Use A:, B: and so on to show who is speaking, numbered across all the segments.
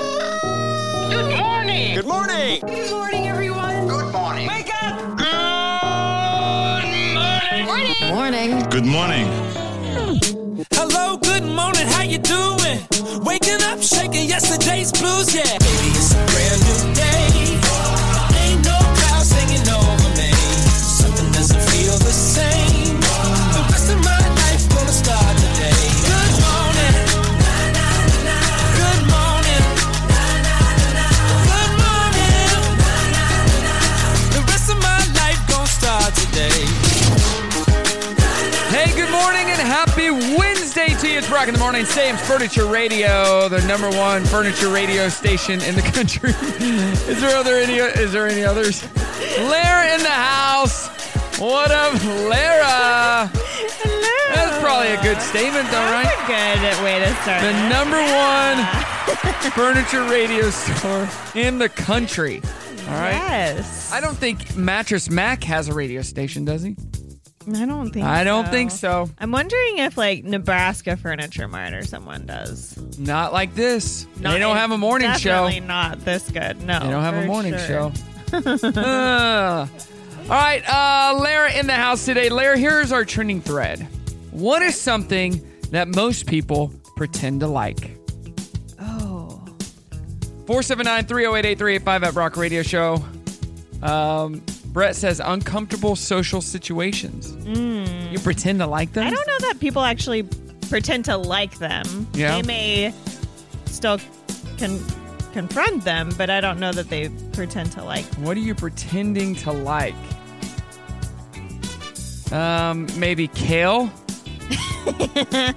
A: Good morning.
B: Good morning.
C: Good morning, everyone.
A: Good morning.
C: Wake up.
A: Good morning.
D: Morning.
E: Good morning.
F: Hello, good morning, how you doing? Waking up, shaking yesterday's blues, yeah. Baby, it's a brand new day. Ain't no clouds hanging over me. Something doesn't feel the same. The rest of my life gonna start today. Good morning. Good morning. Good morning. The rest of my life gonna start today.
G: Hey, good morning and happy Wednesday to you. It's Brock in the morning. Sam's Furniture Radio, the number one furniture radio station in the country. is there other any? Is there any others? Lara in the house. What up, Lara?
H: Hello.
G: That's probably a good statement, though,
H: That's
G: right?
H: a good way to start.
G: The
H: it.
G: number one furniture radio store in the country. All right.
H: Yes.
G: I don't think Mattress Mac has a radio station, does he?
H: I don't think.
G: I don't think so.
H: I'm wondering if like Nebraska Furniture Mart or someone does.
G: Not like this.
H: Not-
G: they don't have a morning show.
H: Definitely not this good. No.
G: They don't have a
H: Oh, for
G: morning
H: sure.
G: show. Uh, all right, uh, Lara in the house today. Lara, here's our trending thread. What is something that most people pretend to like?
H: Oh.
G: 479 308 8385 at Brock Radio Show. Um, Brett says uncomfortable social situations. You pretend to like them?
H: Hmm. I don't know that people actually pretend to like them.
G: Yeah.
H: They may still con- confront them, but I don't know that they pretend to like.
G: What are you pretending to like? Um, maybe kale.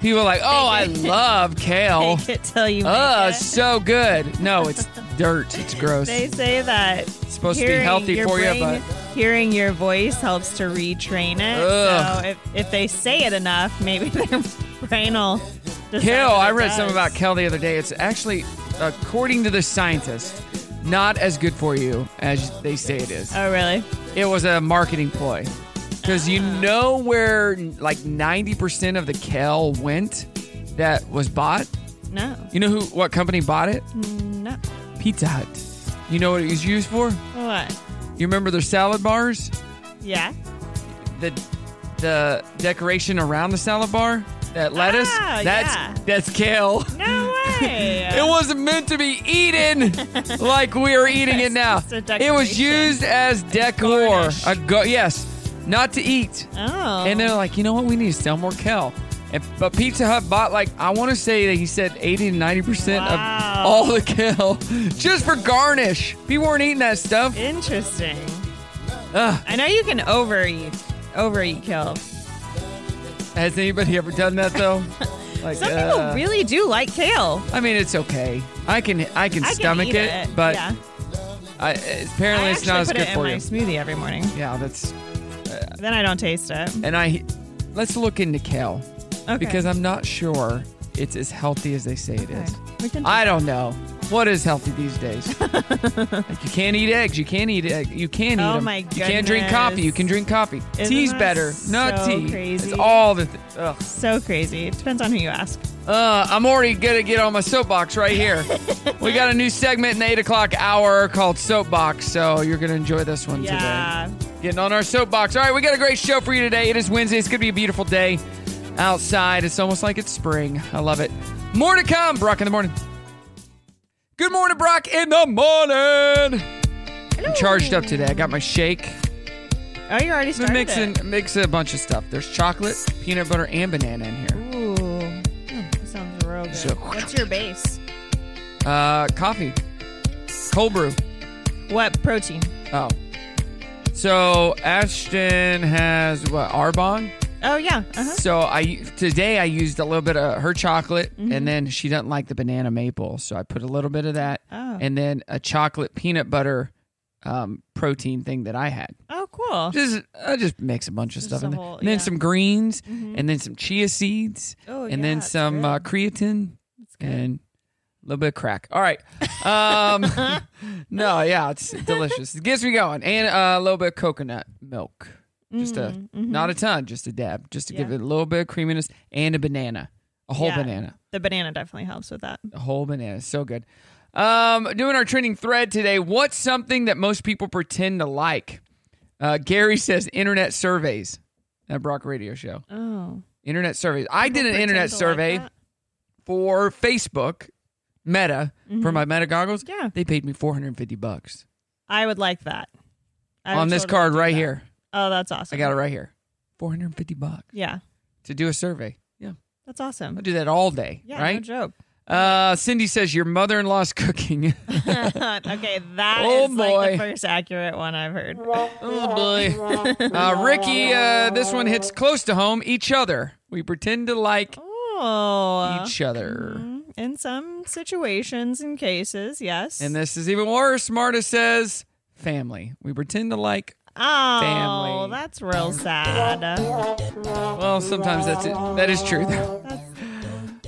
G: People are like, oh, I love kale.
H: Fake it till you make
G: Oh,
H: it.
G: so good. No, it's dirt. It's gross.
H: They say that it's
G: supposed to be healthy for you, but-
H: hearing your voice helps to retrain it.
G: Ugh.
H: So if, if they say it enough, maybe their brain will. decide
G: Kale.
H: that
G: I
H: it
G: read
H: does.
G: something about kale the other day. It's actually, according to the scientist, not as good for you as they say it is.
H: Oh, really?
G: It was a marketing ploy. Because you
H: Ah.
G: know where like 90% of the kale went that was bought?
H: No,
G: You know who what company bought it?
H: no.
G: Pizza Hut. You know what it was used for?
H: What?
G: You remember their salad bars?
H: Yeah.
G: The the decoration around the salad bar? That lettuce?
H: Ah,
G: that's
H: yeah.
G: that's kale.
H: No way.
G: It wasn't meant to be eaten like we are eating it now.
H: It's a
G: It was
H: decoration.
G: used as decor.
H: garnish.
G: A go- yes, not to eat.
H: Oh.
G: And they're like, you know what? We need to sell more kale. And, but Pizza Hut bought like I want to say that he said 80 to 90 percent of
H: Wow.
G: all the kale just for garnish. People weren't eating that stuff.
H: Interesting.
G: Ugh.
H: I know you can overeat. Overeat kale.
G: Has anybody ever done that though? Like,
H: Some
G: uh,
H: people really do like kale.
G: I mean, it's okay. I can I can
H: I can
G: stomach
H: eat
G: it, but
H: yeah.
G: I, apparently
H: I
G: it's not as
H: actually put it
G: good for
H: in
G: you.
H: my smoothie every morning.
G: Yeah, that's
H: Then I don't taste it.
G: and I let's look into kale
H: Okay.
G: because I'm not sure it's as healthy as they say it is.
H: We can-
G: I don't know what is healthy these days. like you can't eat eggs. You can't eat egg. You can't eat
H: Oh
G: 'em.
H: my
G: You can't drink
H: goodness.
G: coffee. You can drink coffee.
H: Isn't
G: Tea's
H: that
G: better. no
H: so
G: tea.
H: crazy?
G: It's all the. Th- Ugh.
H: so crazy. It depends on who you ask.
G: Uh, I'm already gonna get on my soapbox right here. we got a new segment in the eight o'clock hour called Soapbox, so you're gonna enjoy this one today
H: Yeah.
G: getting on our soapbox. All right, we got a great show for you today. It is Wednesday. It's going to be a beautiful day outside. It's almost like it's spring. I love it. More to come. Brock in the morning. Good morning, Brock in the morning. I'm charged up today. I got my shake.
H: Oh, you already
G: I'm
H: started
G: mixing mixing a bunch of stuff. There's chocolate, peanut butter, and banana in here.
H: It. Ooh, that sounds real good.
G: So-
H: What's your base?
G: Uh, coffee, cold brew.
H: What protein?
G: Oh, so Ashton has what Arbonne.
H: Oh yeah. Uh-huh.
G: So I today I used a little bit of her chocolate,
H: Mm-hmm.
G: and then she doesn't like the banana maple, so I put a little bit of that,
H: Oh.
G: and then a chocolate peanut butter um, protein thing that I had.
H: Oh, cool.
G: Just I just mix a bunch of stuff
H: a
G: in there,
H: whole-
G: and then
H: yeah. Mm-hmm.
G: some greens, and then some chia seeds,
H: Oh,
G: and
H: yeah,
G: then
H: that's
G: some
H: good.
G: uh, creatine, and a little bit of crack. All right, um, no, yeah, it's delicious. It gets me going, and uh, a little bit of coconut milk. Just a not a ton, just a dab, just to give
H: Mm-hmm. Yeah.
G: it a little bit of creaminess and a banana, a A whole
H: Yeah.
G: banana.
H: The banana definitely helps with that.
G: A whole banana. So good. Um, doing our trending thread today. What's something that most people pretend to like? Uh, Gary says internet surveys at Brock Radio Show.
H: Oh.
G: Internet surveys. I did an
H: Pretend
G: internet
H: to like
G: survey
H: that.
G: for Facebook Meta for my Meta goggles.
H: Mm-hmm. Yeah.
G: They paid me 450 bucks
H: I would like that. I would
G: on this
H: totally
G: card
H: do
G: right
H: that.
G: here.
H: Oh, that's awesome.
G: I got it right here. 450 bucks
H: Yeah.
G: to do a survey. Yeah.
H: That's awesome.
G: I'll do that all day,
H: Yeah, no
G: right?
H: joke.
G: uh, Cindy says your mother-in-law's cooking.
H: okay, that is
G: Oh,
H: like
G: boy.
H: the first accurate one I've heard.
G: Oh boy. Uh, Ricky, uh, this one hits close to home. Each other. We pretend to like
H: Oh.
G: each other.
H: Mm, In some situations and cases, yes.
G: And this is even worse. Marta says family. We pretend to like.
H: oh,
G: family.
H: that's real sad.
G: Well, sometimes that's it. That is true. Though.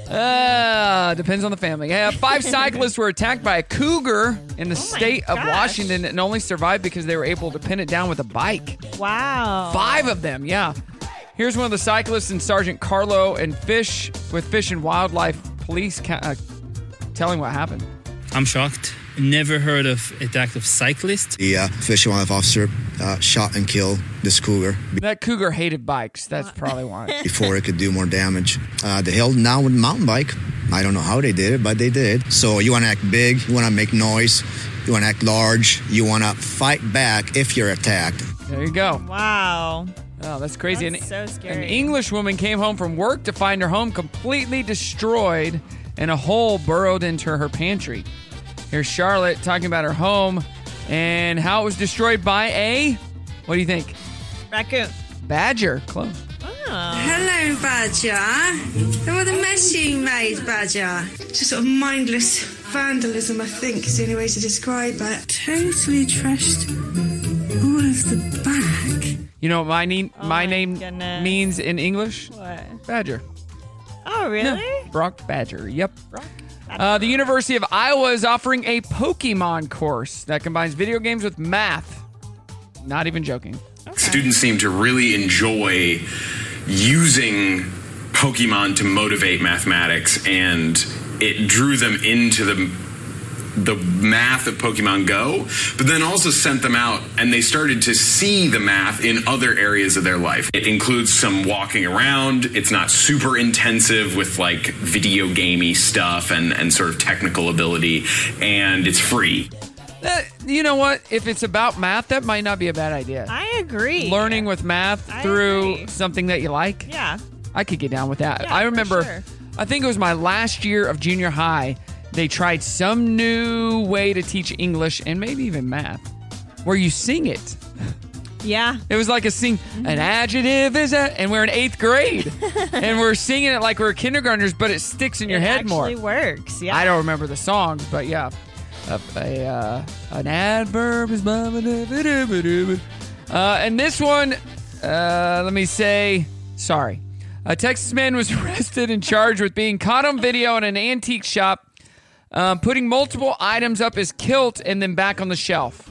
G: Uh, depends on the family. Yeah, five cyclists were attacked by a cougar in the state of
H: gosh.
G: Washington and only survived because they were able to pin it down with a bike.
H: Wow.
G: Five of them, yeah. Here's one of the cyclists and Sergeant Carlo and Fish with Fish and Wildlife Police ca- uh, telling what happened.
B: I'm shocked. Never heard of attack of cyclists.
C: The uh, fish and wildlife officer uh, shot and killed this cougar
G: That cougar hated bikes.
H: Uh.
G: That's probably why.
C: before it could do more damage. Uh, they held him down with a mountain bike. I don't know how they did it, but they did. So you want to act big, you want to make noise, you want to act large, you want to fight back if you're attacked.
G: There you go.
H: Wow.
G: Oh, that's crazy.
H: That's so scary.
G: An English woman came home from work to find her home completely destroyed and a hole burrowed into her pantry. Here's Charlotte talking about her home and how it was destroyed by a. What do you think?
H: Raccoon.
G: Badger. Close.
H: Oh.
D: Hello, Badger. What a mess you made, Badger. Just sort of mindless vandalism, I think, is the only way to describe it. Totally trashed all of the back.
G: You know what my, ne- my
H: Oh my
G: name
H: goodness.
G: means in English?
H: What?
G: Badger.
H: Oh,
G: Yeah.
H: really?
G: Brock Badger. Yep. Uh, the University of Iowa is offering a Pokemon course that combines video games with math. Not even joking.
E: Students seem to really enjoy using Pokemon to motivate mathematics, and it drew them into the the math of Pokemon Go, but then also sent them out and they started to see the math in other areas of their life. It includes some walking around, it's not super intensive with like video gamey stuff and, and sort of technical ability, and it's free.
G: That- Uh, you know what? If it's about math, that might not be a bad idea.
H: I agree.
G: Learning with math
H: I
G: through
H: agree.
G: something that you like.
H: Yeah.
G: I could get down with that.
H: Yeah,
G: I
H: for
G: remember,
H: sure.
G: I think it was my last year of junior high, they tried some new way to teach English and maybe even math where you sing it.
H: Yeah.
G: It was like a sing.
H: Mm-hmm.
G: An adjective is a, and we're in eighth grade, and we're singing it like we're kindergartners, but it sticks in your
H: it
G: head more.
H: actually works. Yeah.
G: I don't remember the song, but yeah, a, a, uh, an adverb is. Uh, and this one, uh, let me say, sorry. A Texas man was arrested and charged with being caught on video in an antique shop, um, putting multiple items up his kilt and then back on the shelf.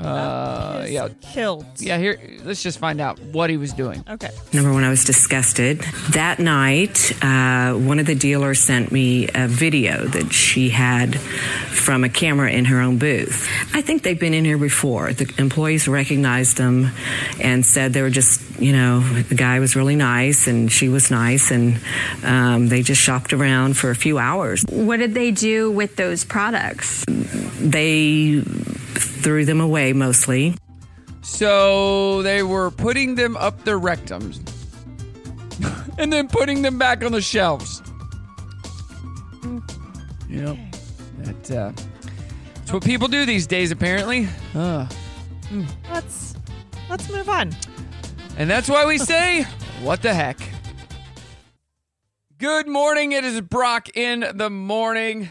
G: Uh, yeah,
H: Killed.
G: yeah, here, let's just find out what he was doing.
H: Okay.
I: Number one, I was disgusted. That night, uh, one of the dealers sent me a video that she had from a camera in her own booth. I think they've been in here before. The employees recognized them and said they were just, you know, the guy was really nice and she was nice, and um, they just shopped around for a few hours.
J: What did they do with those products?
I: They threw them away mostly.
G: So they were putting them up their rectums and then putting them back on the shelves. Yep. That, uh, that's what people do these days, apparently. Uh,
H: Let's let's move on.
G: and that's why we say, what the heck? Good morning. It is Brock in the morning.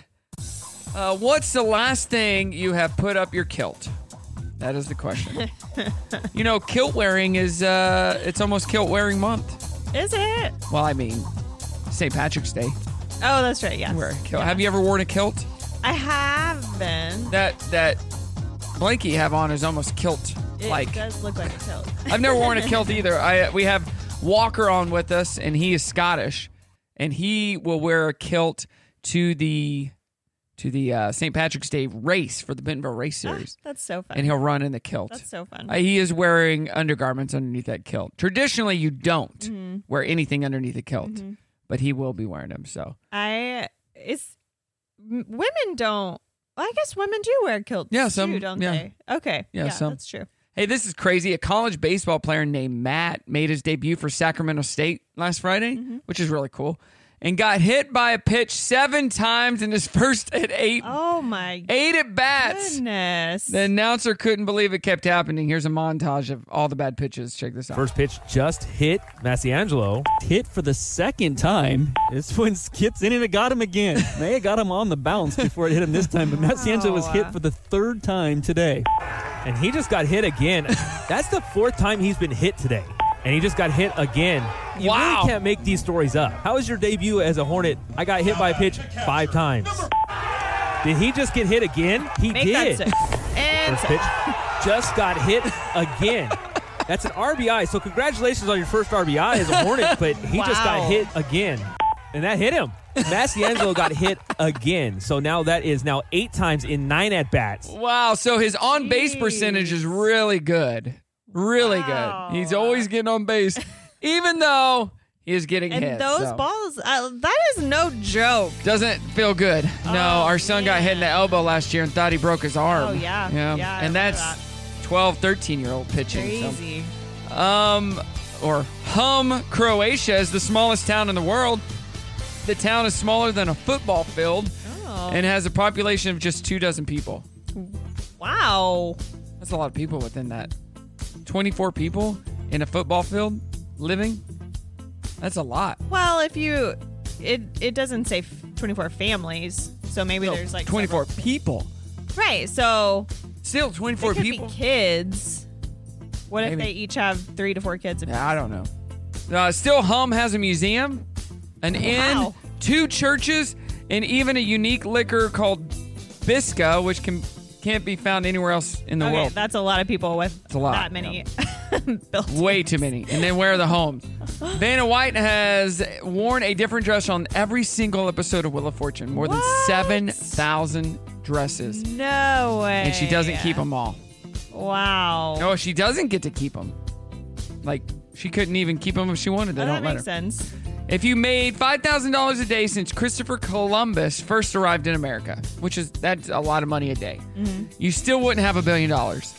G: Uh, what's the last thing you have put up your kilt? That is the question. you know, kilt wearing is, uh, it's almost kilt wearing month.
H: Is it?
G: Well, I mean, St. Patrick's Day.
H: Oh, that's right. Yes.
G: Wear a kilt. Have you ever worn a kilt?
H: I have been.
G: That that blanket you have on is almost kilt
H: It
G: like.
H: does look like a kilt.
G: I've never worn a kilt either. I we have Walker on with us, and he is Scottish, and he will wear a kilt to the to the uh, St. Patrick's Day race for the Bentonville Race Series.
H: That's so fun.
G: and he'll run in the kilt.
H: Ah. That's so fun.
G: Uh, he is wearing undergarments underneath that kilt. Traditionally, you don't
H: Mm-hmm.
G: wear anything underneath a kilt, but he will be wearing them. So
H: I it's m- women don't. Well, I guess women do wear kilts.
G: Yeah, some-
H: too, don't
G: yeah.
H: they? Okay,
G: Yeah, some.
H: that's true.
G: Hey, this is crazy. A college baseball player named Matt made his debut for Sacramento State last Friday,
H: Mm-hmm.
G: which is really cool, and got hit by a pitch seven times in his first at eight
H: Oh my
G: eight at bats.
H: goodness!
G: The announcer couldn't believe it kept happening. Here's a montage of all the bad pitches. Check this out.
K: First pitch just hit Massiangelo. Hit for the second time. This one skips in and it got him again. Maya got him on the bounce before it hit him this time, but Massiangelo was hit for the third time today. And he just got hit again. That's the fourth time he's been hit today. And he just got hit again. You
G: Wow.
K: really can't make these stories up. How is your debut as a Hornet? I got hit by a pitch five times. Did he just get hit again? He
H: Make
K: did.
H: that six. And
K: First pitch just got hit again. That's an RBI. So congratulations on your first RBI as a Hornet, but he just
H: Wow.
K: got hit again, and that hit him. Massiangelo got hit again. So now that is now eight times in nine at bats.
G: Wow. So his on base
H: Jeez.
G: percentage is really good. Really
H: Wow.
G: good. He's always getting on base, even though he is getting
H: and
G: hit.
H: those
G: so.
H: balls, uh, that is no joke.
G: Doesn't feel good. No, our son got hit in the elbow last year and thought he broke his arm.
H: Oh, yeah. Yeah, I remember
G: and that's
H: that.
G: 12, 13 year old pitching. so-
H: Crazy.
G: Um, or Hum, Croatia is the smallest town in the world. The town is smaller than a football field
H: Oh,
G: and has a population of just two dozen people.
H: wow.
G: That's a lot of people within that. 24 people in a football field living? That's a lot.
H: Well, if you, it it doesn't say f- 24 families, so maybe
G: No,
H: there's like
G: 24 people.
H: several- right. So
G: Still 24
H: it could
G: people.
H: be kids. What if
G: Maybe.
H: they each have three to four kids?
G: Yeah, I don't know. Uh, still, Hum has a museum, an inn,
H: Wow.
G: two churches, and even a unique liquor called Bisca, which can can't be found anywhere else in the
H: okay,
G: world.
H: that's a lot of people with
G: a lot,
H: that many built.
G: Way too many. And then where are the homes? Vanna White has worn a different dress on every single episode of Wheel of Fortune. More
H: What?
G: than 7,000 dresses.
H: No way.
G: And she doesn't keep them all.
H: Wow.
G: No, she doesn't get to keep them. Like, she couldn't even keep them if she wanted. They
H: Oh,
G: don't
H: that
G: let her.
H: makes sense.
G: If you made five thousand dollars a day since Christopher Columbus first arrived in America, which is that's a lot of money a day, you still wouldn't have a billion dollars.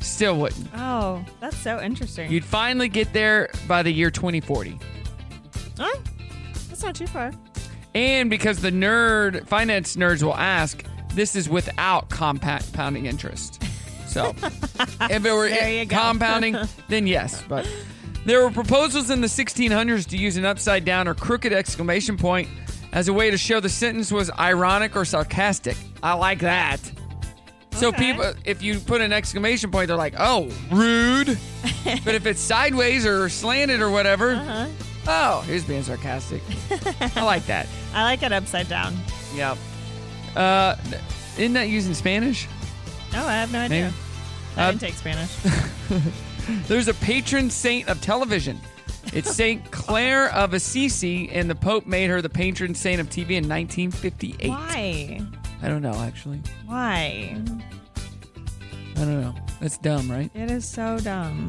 G: Still wouldn't.
H: Oh, that's so interesting.
G: You'd finally get there by the year 2040.
H: Huh? That's not too far.
G: And because the nerd finance nerds will ask, this is without compounding interest. So if it were
H: There you go.
G: compounding, then yes. But there were proposals in the 1600s to use an upside down or crooked exclamation point as a way to show the sentence was ironic or sarcastic. I like that. So
H: Okay.
G: people, if you put an exclamation point, they're like, "Oh, rude." but if it's sideways or slanted or whatever,
H: Uh-huh.
G: oh, he's being sarcastic. I like that.
H: I like it upside down.
G: Yep. Uh, isn't that used in Spanish?
H: No, I have no idea.
G: Maybe.
H: I
G: Uh,
H: didn't take Spanish.
G: There's a patron saint of television. It's Saint Clare of Assisi, and the Pope made her the patron saint of TV in 1958.
H: Why?
G: I don't know, actually.
H: Why?
G: I don't know. That's dumb, right?
H: It is so dumb.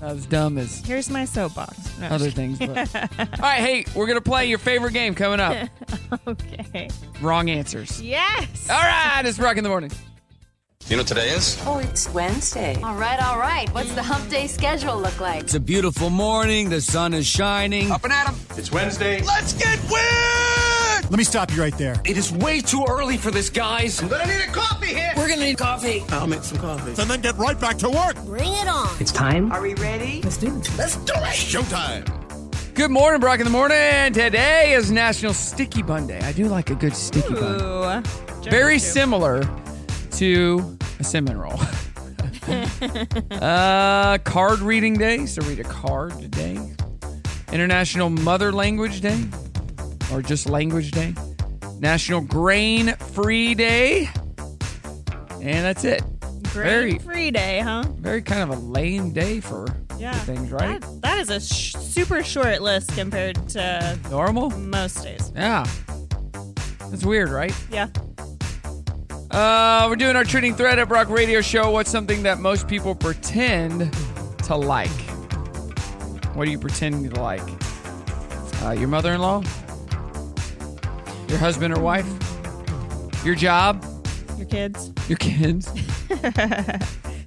G: Not as dumb as
H: Here's my soapbox. No,
G: other things. But. All right, hey, we're gonna play your favorite game coming up.
H: okay.
G: Wrong answers.
H: Yes.
G: All right, it's Brock in the morning.
E: You know what today is?
F: Oh, it's Wednesday.
A: All right, all right. What's the hump day schedule look like?
F: It's a beautiful morning. The sun is shining.
E: Up and at 'em. It's Wednesday.
F: Let's get wet!
L: Let me stop you right there.
F: It is way too early for this, guys.
E: I'm gonna need a coffee here.
F: We're gonna need coffee.
L: And then get right back to work.
I: It's time.
F: Are we ready?
L: Showtime.
G: Good morning, Brock in the morning. Today is National Sticky Bun Day. I do like a good sticky bun.
H: Ooh.
G: Oh. very
H: Jeremy, too.
G: similar to a cinnamon roll. uh, card reading day, so read a card today. International Mother Language Day, or just Language Day. National Grain Free Day, and that's it.
H: Grain
G: very-
H: free day, huh?
G: Very kind of a lame day for
H: Yeah.
G: things, right?
H: That- that is a sh- super short list compared to
G: normal
H: most days.
G: Yeah. It's weird, right?
H: Yeah.
G: Uh, we're doing our trending thread at Brock Radio Show. What's something that most people pretend to like? What do you pretend to like? Uh, your mother-in-law, your husband or wife, your job,
H: Your kids.
G: your kids.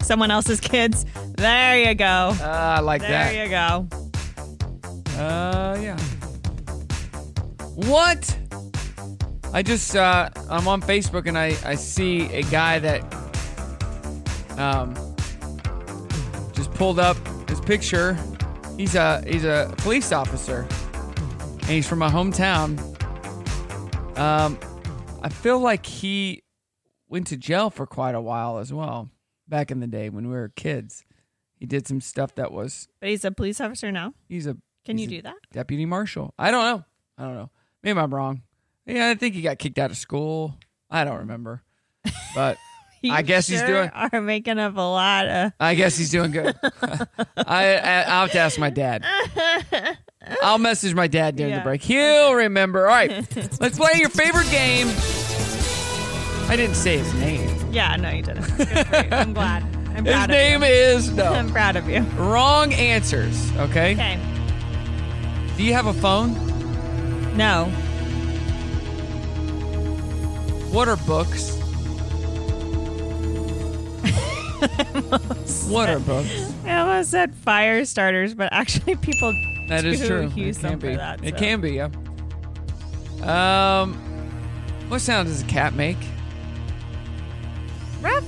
H: Someone else's kids. There you go.
G: Ah, I like that.
H: Uh, There you go.
G: Uh, yeah. What? I just uh, I'm on Facebook and I I see a guy that um just pulled up his picture. He's a he's a police officer and he's from my hometown. Um, I feel like he went to jail for quite a while as well back in the day when we were kids. He did some stuff that was
H: But he's a police officer now.
G: He's a.
H: Can
G: he's
H: you
G: a
H: do that?
G: Deputy marshal. I don't know. I don't know. Maybe I'm wrong. Yeah, I think he got kicked out of school. I don't remember. But
H: You
G: I guess he's
H: sure
G: doing.
H: Are making up a lot of.
G: I guess he's doing good. I, I I'll have to ask my dad. I'll message my dad during the
F: Yeah.
G: break. He'll remember. All right, let's play your favorite game. I didn't say his name.
H: Yeah, no, you didn't. Good for you. I'm glad. I'm
G: His
H: proud of
G: name
H: you.
G: is no.
H: I'm proud of you.
G: Wrong answers. Okay.
H: Okay.
G: Do you have a phone?
H: No.
G: What are books? what are books?
H: I almost said fire starters, but actually, people
G: That
H: do
G: is true.
H: Use
G: it
H: them
G: can
H: for
G: be.
H: that.
G: It
H: so.
G: can be. Yeah. Um, what sound does a cat make?
H: Ruff.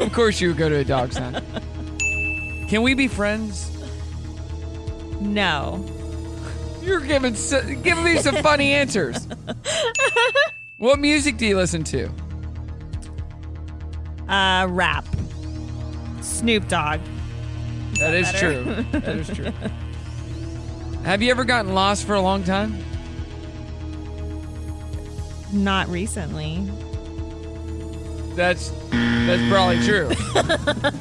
G: of course, you would go to a dog sound. Can we be friends?
H: No.
G: You're giving so, giving me some funny answers. What music do you listen to?
H: Uh, rap. Snoop Dogg.
G: that is
H: better?
G: true. That is true. Have you ever gotten lost for a long time?
H: Not recently.
G: That's that's probably true.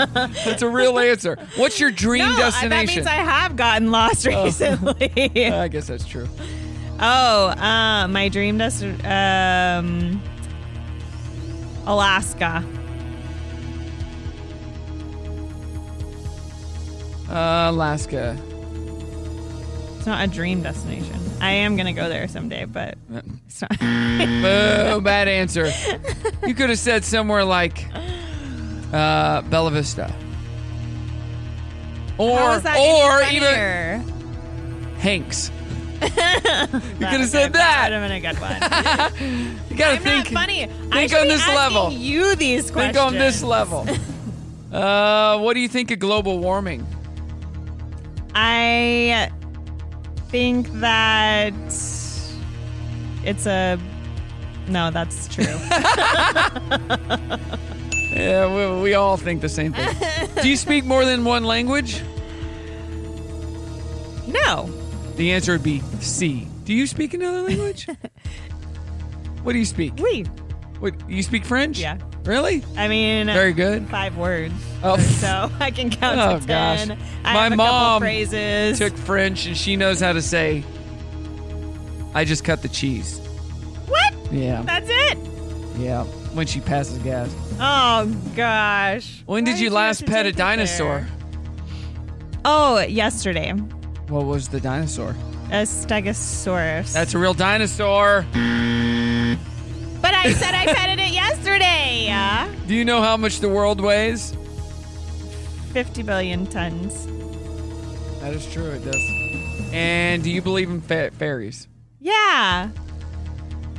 G: that's a real answer. What's your dream
H: no, I-
G: destination?
H: that means I have gotten lost
G: Oh.
H: recently.
G: I guess that's true.
H: oh, uh, my dream destination. Um, Alaska.
G: Uh, Alaska.
H: It's not a dream destination. I am gonna go there someday, but
G: Uh,
H: it's not.
G: Boo, bad answer. You could have said somewhere like uh, Bella Vista.
H: How
G: Or
H: is that
G: or
H: any
G: even
H: funnier?
G: Hanks.
H: you
G: could have said that.
H: That would have been a good one.
G: you gotta
H: I'm
G: think-
H: Not funny. Think
G: Think on this level.
H: You these questions.
G: Think on this level. Uh, what do you think of global warming?
H: I think that it's a. No, that's true.
G: Yeah, we, we all think the same thing. do you speak more than one language?
H: No.
G: The answer would be C. Do you speak another language? what do you speak?
H: We.
G: What you speak French?
H: Yeah.
G: Really?
H: I mean,
G: Very good.
H: Five words.
G: Oh.
H: So I can count
G: oh
H: to
G: gosh.
H: ten. I
G: My
H: have a
G: mom
H: couple phrases.
G: took French and she knows how to say I just cut the cheese.
H: What?
G: Yeah.
H: That's it.
G: Yeah. When she passes gas.
H: Oh gosh.
G: When did
H: Why
G: you
H: have
G: last
H: to
G: pet a
H: take it there?
G: dinosaur?
H: Oh, yesterday.
G: What was the dinosaur?
H: A stegosaurus.
G: That's a real dinosaur.
H: But I said I petted it yesterday. Uh, Yeah.
G: Do you know how much the world weighs?
H: 50 billion tons.
G: That is true, it does. And do you believe in fa- fairies?
H: Yeah.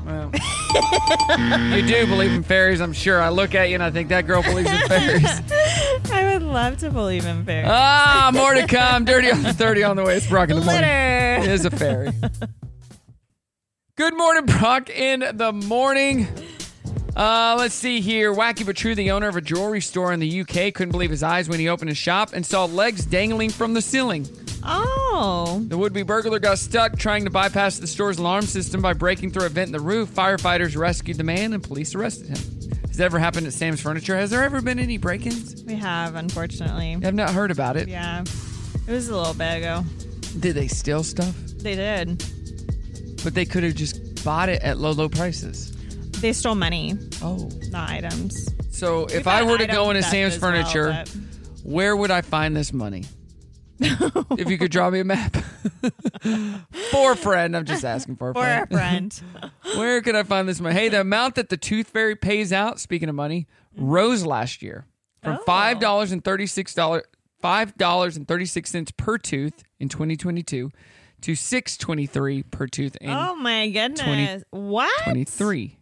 G: Well, you do believe in fairies, I'm sure. I look at you and I think that girl believes in fairies.
H: I would love to believe in fairies.
G: Ah, more to come. Dirty on the 30 on the way. It's Brock in the morning.
H: Glitter.
G: It is a fairy. Good morning, Brock in the morning. Uh, let's see here. Wacky but true, the owner of a jewelry store in the UK couldn't believe his eyes when he opened his shop and saw legs dangling from the ceiling.
H: Oh.
G: The would be burglar got stuck trying to bypass the store's alarm system by breaking through a vent in the roof. Firefighters rescued the man and police arrested him. Has that ever happened at Sam's Furniture? Has there ever been any break ins?
H: We have, unfortunately.
G: I've not heard about it.
H: Yeah. It was a little bit ago.
G: Did they steal stuff?
H: They did.
G: But they could have just bought it at low, low prices.
H: They stole money.
G: Oh.
H: Not items.
G: So if
H: We've
G: I
H: had
G: were to go
H: item
G: into
H: theft
G: Sam's
H: as well,
G: Furniture,
H: but-
G: where would I find this money? if you could draw me a map. for a friend. I'm just asking for a
H: For a
G: friend.
H: friend.
G: Where could I find this money? Hey, the amount that the Tooth Fairy pays out, speaking of money, rose last year from
H: Oh.
G: five dollars and thirty six dollars five dollars and thirty six cents per tooth in twenty twenty two to six twenty three per tooth in
H: oh my goodness. what?
G: twenty three.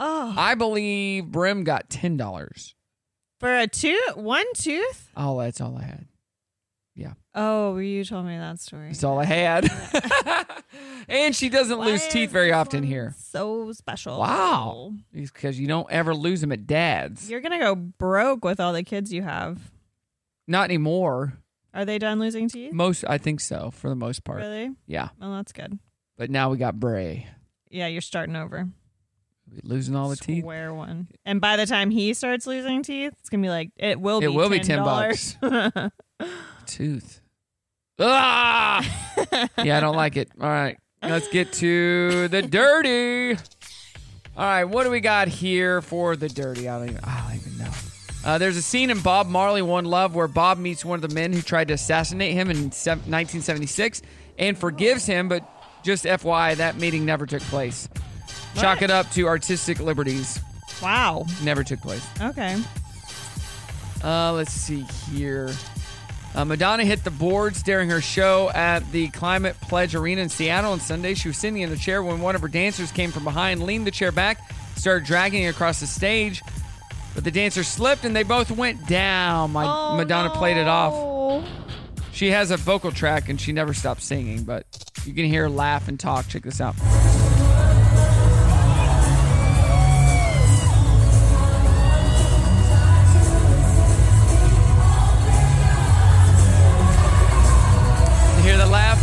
H: Oh,
G: I believe Brim got ten dollars.
H: for a tooth? One tooth?
G: Oh, that's all I had. Yeah.
H: Oh, you told me that story.
G: That's all I had. and she doesn't lose teeth very often here.
H: So special.
G: Wow. Because you don't ever lose them at dad's.
H: You're going to go broke with all the kids you have.
G: Not anymore.
H: Are they done losing teeth?
G: Most, I think so, for the most part.
H: Really?
G: Yeah.
H: Well, that's good.
G: But now we got Bray.
H: Yeah, you're starting over.
G: We Losing all the teeth.
H: Square one. And by the time he starts losing teeth, it's gonna be like it will be.
G: It will be
H: $10.
G: Tooth. Ah! yeah, I don't like it. All right. Let's get to the dirty. All right. What do we got here for the dirty? I don't even, I don't even know. Uh, there's a scene in Bob Marley One Love where Bob meets one of the men who tried to assassinate him in sev- 1976 and forgives him, but just FYI, that meeting never took place. Chalk it up to artistic liberties.
H: Wow.
G: Never took place.
H: Okay.
G: Uh, let's see here. Uh, Madonna hit the boards during her show at the Climate Pledge Arena in Seattle on Sunday. She was sitting in a chair when one of her dancers came from behind, leaned the chair back, started dragging her across the stage. But the dancer slipped and they both went down. My Madonna played it off. She has a vocal track and she never stops singing, but you can hear her laugh and talk. Check this out. You hear the laugh?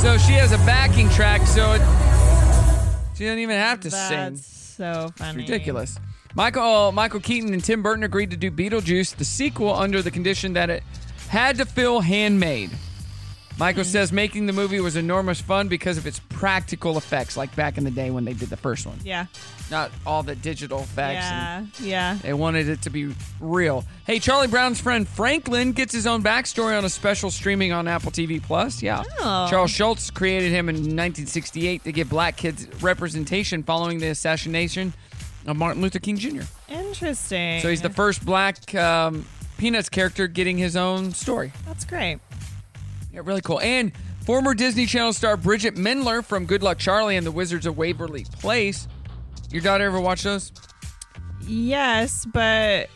G: So she has a backing track, so it, she doesn't even have to sing.
H: That's so funny.
G: It's ridiculous. Michael oh, Michael Keaton and Tim Burton agreed to do Beetlejuice, the sequel, under the condition that it had to feel handmade. Michael says making the movie was enormous fun because of its practical effects, like back in the day when they did the first one.
H: Yeah.
G: Not all the digital effects. and-
H: Yeah. Yeah.
G: they wanted it to be real. Hey, Charlie Brown's friend Franklin gets his own backstory on a special streaming on Apple TV Plus. Yeah.
H: Oh.
G: Charles Schultz created him in 1968 to give black kids representation following the assassination of Martin Luther King Jr.
H: Interesting.
G: So he's the first black um, Peanuts character getting his own story.
H: That's great.
G: Yeah, really cool. And former Disney Channel star Bridget Mendler from Good Luck Charlie and the Wizards of Waverly Place. Your daughter ever watch those?
H: Yes, but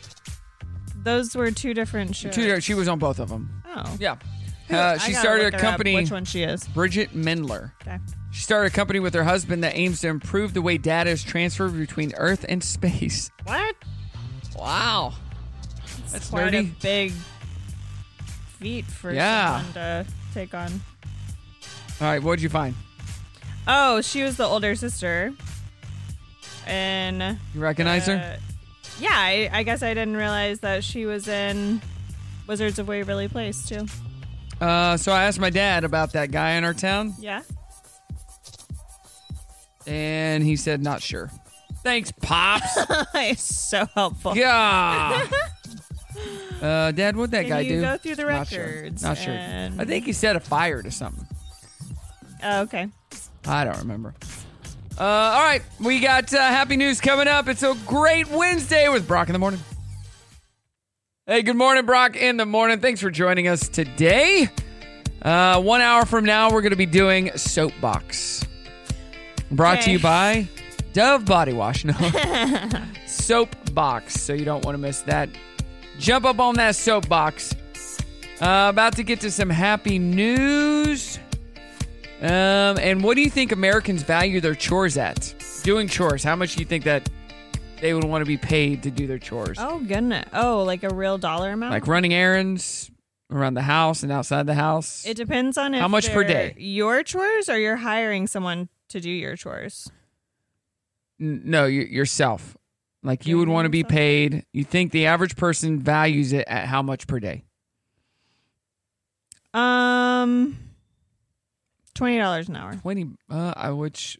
H: those were two different shows.
G: Two- She was on both of them.
H: Oh.
G: Yeah.
H: Who-
G: Uh,
H: I
G: she
H: gotta
G: started
H: look
G: a
H: her up,
G: company.
H: which one she is?
G: Bridget Mendler.
H: Okay.
G: She started a company with her husband that aims to improve the way data is transferred between Earth and space.
H: What?
G: Wow. That's
H: Quite
G: nerdy.
H: a big feat for
G: Yeah.
H: someone to take on.
G: All right, what'd you find?
H: Oh, she was the older sister. And uh,
G: You recognize her?
H: yeah, I, I guess I didn't realize that she was in Wizards of Waverly Place too.
G: Uh, so I asked my dad about that guy in our town,
H: Yeah.
G: and he said, not sure. Thanks, Pops.
H: it's so helpful.
G: yeah. Uh, Dad, what'd that
H: Can
G: guy
H: you
G: do?
H: go through the
G: Not sure.
H: records
G: Not sure.
H: and-
G: I think he set a fire to something.
H: Oh, okay.
G: I don't remember. Uh, all right, we got uh, happy news coming up. It's a great Wednesday with Brock in the morning. Hey, good morning, Brock in the morning. Thanks for joining us today. Uh, one hour from now, we're going to be doing Soapbox. Brought to
H: Okay.
G: you by Dove Body Wash. No. soapbox. So you don't want to miss that. Jump up on that soapbox. Uh, about to get to some happy news. Um, and what do you think Americans value their chores at? Doing chores. How much do you think that they would want to be paid to do their chores?
H: Oh goodness. Oh, like a real dollar amount?
G: Like running errands, around the house and outside the house?
H: It depends on
G: How
H: if
G: much per
H: they're
G: day?
H: Your chores, or you're hiring someone to do your chores.
G: N- no, y- yourself. Like you would want to be paid. You think the average person values it at how much per day?
H: Um, twenty dollars an hour.
G: Twenty. Uh, I which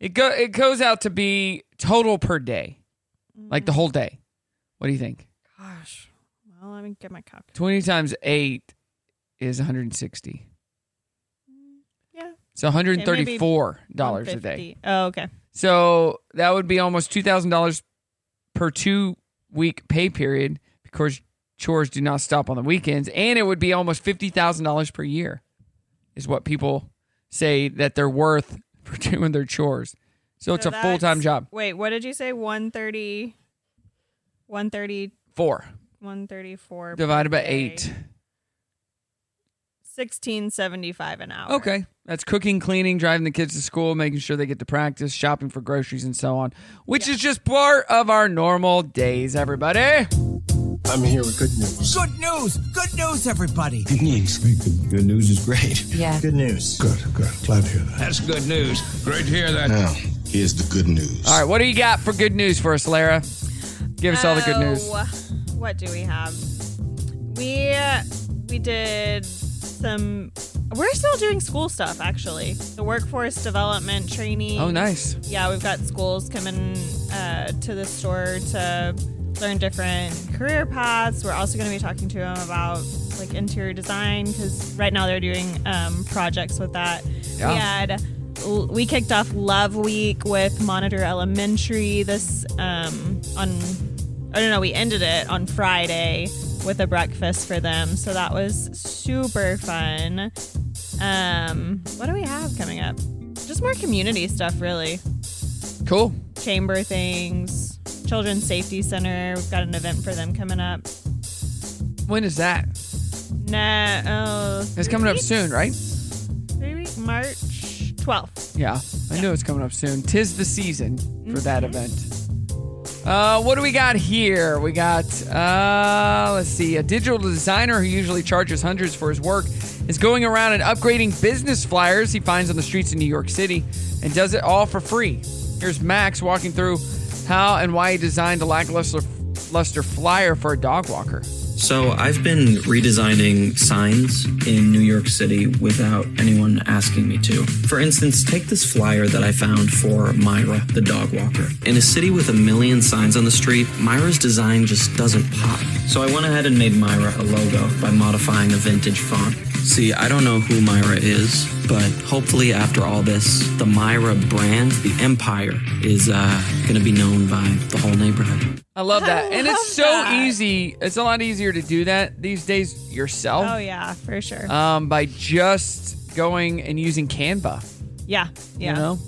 G: it go it goes out to be total per day, like the whole day. What do you think?
H: Gosh. Well, let me get my calculator.
G: Twenty times eight is one hundred and sixty.
H: Yeah.
G: It's one hundred and
H: Okay, maybe
G: thirty-four dollars a
H: $150.
G: day.
H: Oh, okay.
G: So that would be almost two thousand dollars per two-week pay period because chores do not stop on the weekends, and it would be almost fifty thousand dollars per year, is what people say that they're worth for doing their chores. So, it's a
H: that's-
G: full-time job.
H: Wait, what did you say? 130 130
G: Four
H: 134
G: divided by
H: per day.
G: eight.
H: 1675 an hour.
G: Okay. That's cooking, cleaning, driving the kids to school, making sure they get to practice, shopping for groceries, and so on, which is just part of our normal days, everybody.
M: I'm here with good news.
F: Good news! Good news, everybody!
M: Good news. Good, good news is great.
F: Yeah.
M: Good news. Good, good. Glad to hear that.
F: That's good news. Great to hear that.
M: Now, here's the good news.
G: All right, what do you got for good news for us, Lara? Give us all the good news.
H: Oh, What do we have? We uh, we did some we're still doing school stuff actually. The workforce development training.
G: Oh, nice.
H: Yeah, we've got schools coming uh, to the store to learn different career paths. We're also going to be talking to them about like interior design because right now they're doing um, projects with that.
F: Yeah.
H: We had l- we kicked off Love Week with Monitor Elementary this um, on I don't know we ended it on Friday with a breakfast for them, so that was super fun. Um, what do we have coming up? Just more community stuff, really.
G: Cool.
H: Chamber things, Children's Safety Center. We've got an event for them coming up.
G: When is that?
H: Nah, oh,
G: It's coming up soon, right?
H: three weeks, March 12th.
G: Yeah, I know it's coming up soon. Tis the season for that event. Uh, what do we got here? We got, uh, let's see, a digital designer who usually charges hundreds for his work is going around and upgrading business flyers he finds on the streets in New York City and does it all for free. Here's Max walking through how and why he designed a lackluster luster flyer for a dog walker.
N: So I've been redesigning signs in New York City without anyone asking me to. For instance, take this flyer that I found for Myra, the dog walker. In a city with a million signs on the street, Myra's design just doesn't pop. So I went ahead and made Myra a logo by modifying a vintage font. See, I don't know who Myra is, but hopefully after all this, the Myra brand, the empire, is uh, going to be known by the whole neighborhood.
G: I love that. and it's so easy. It's a lot easier to do that these days yourself.
H: Oh, yeah, for sure.
G: um, by just going and using Canva.
H: yeah, yeah.
G: You know?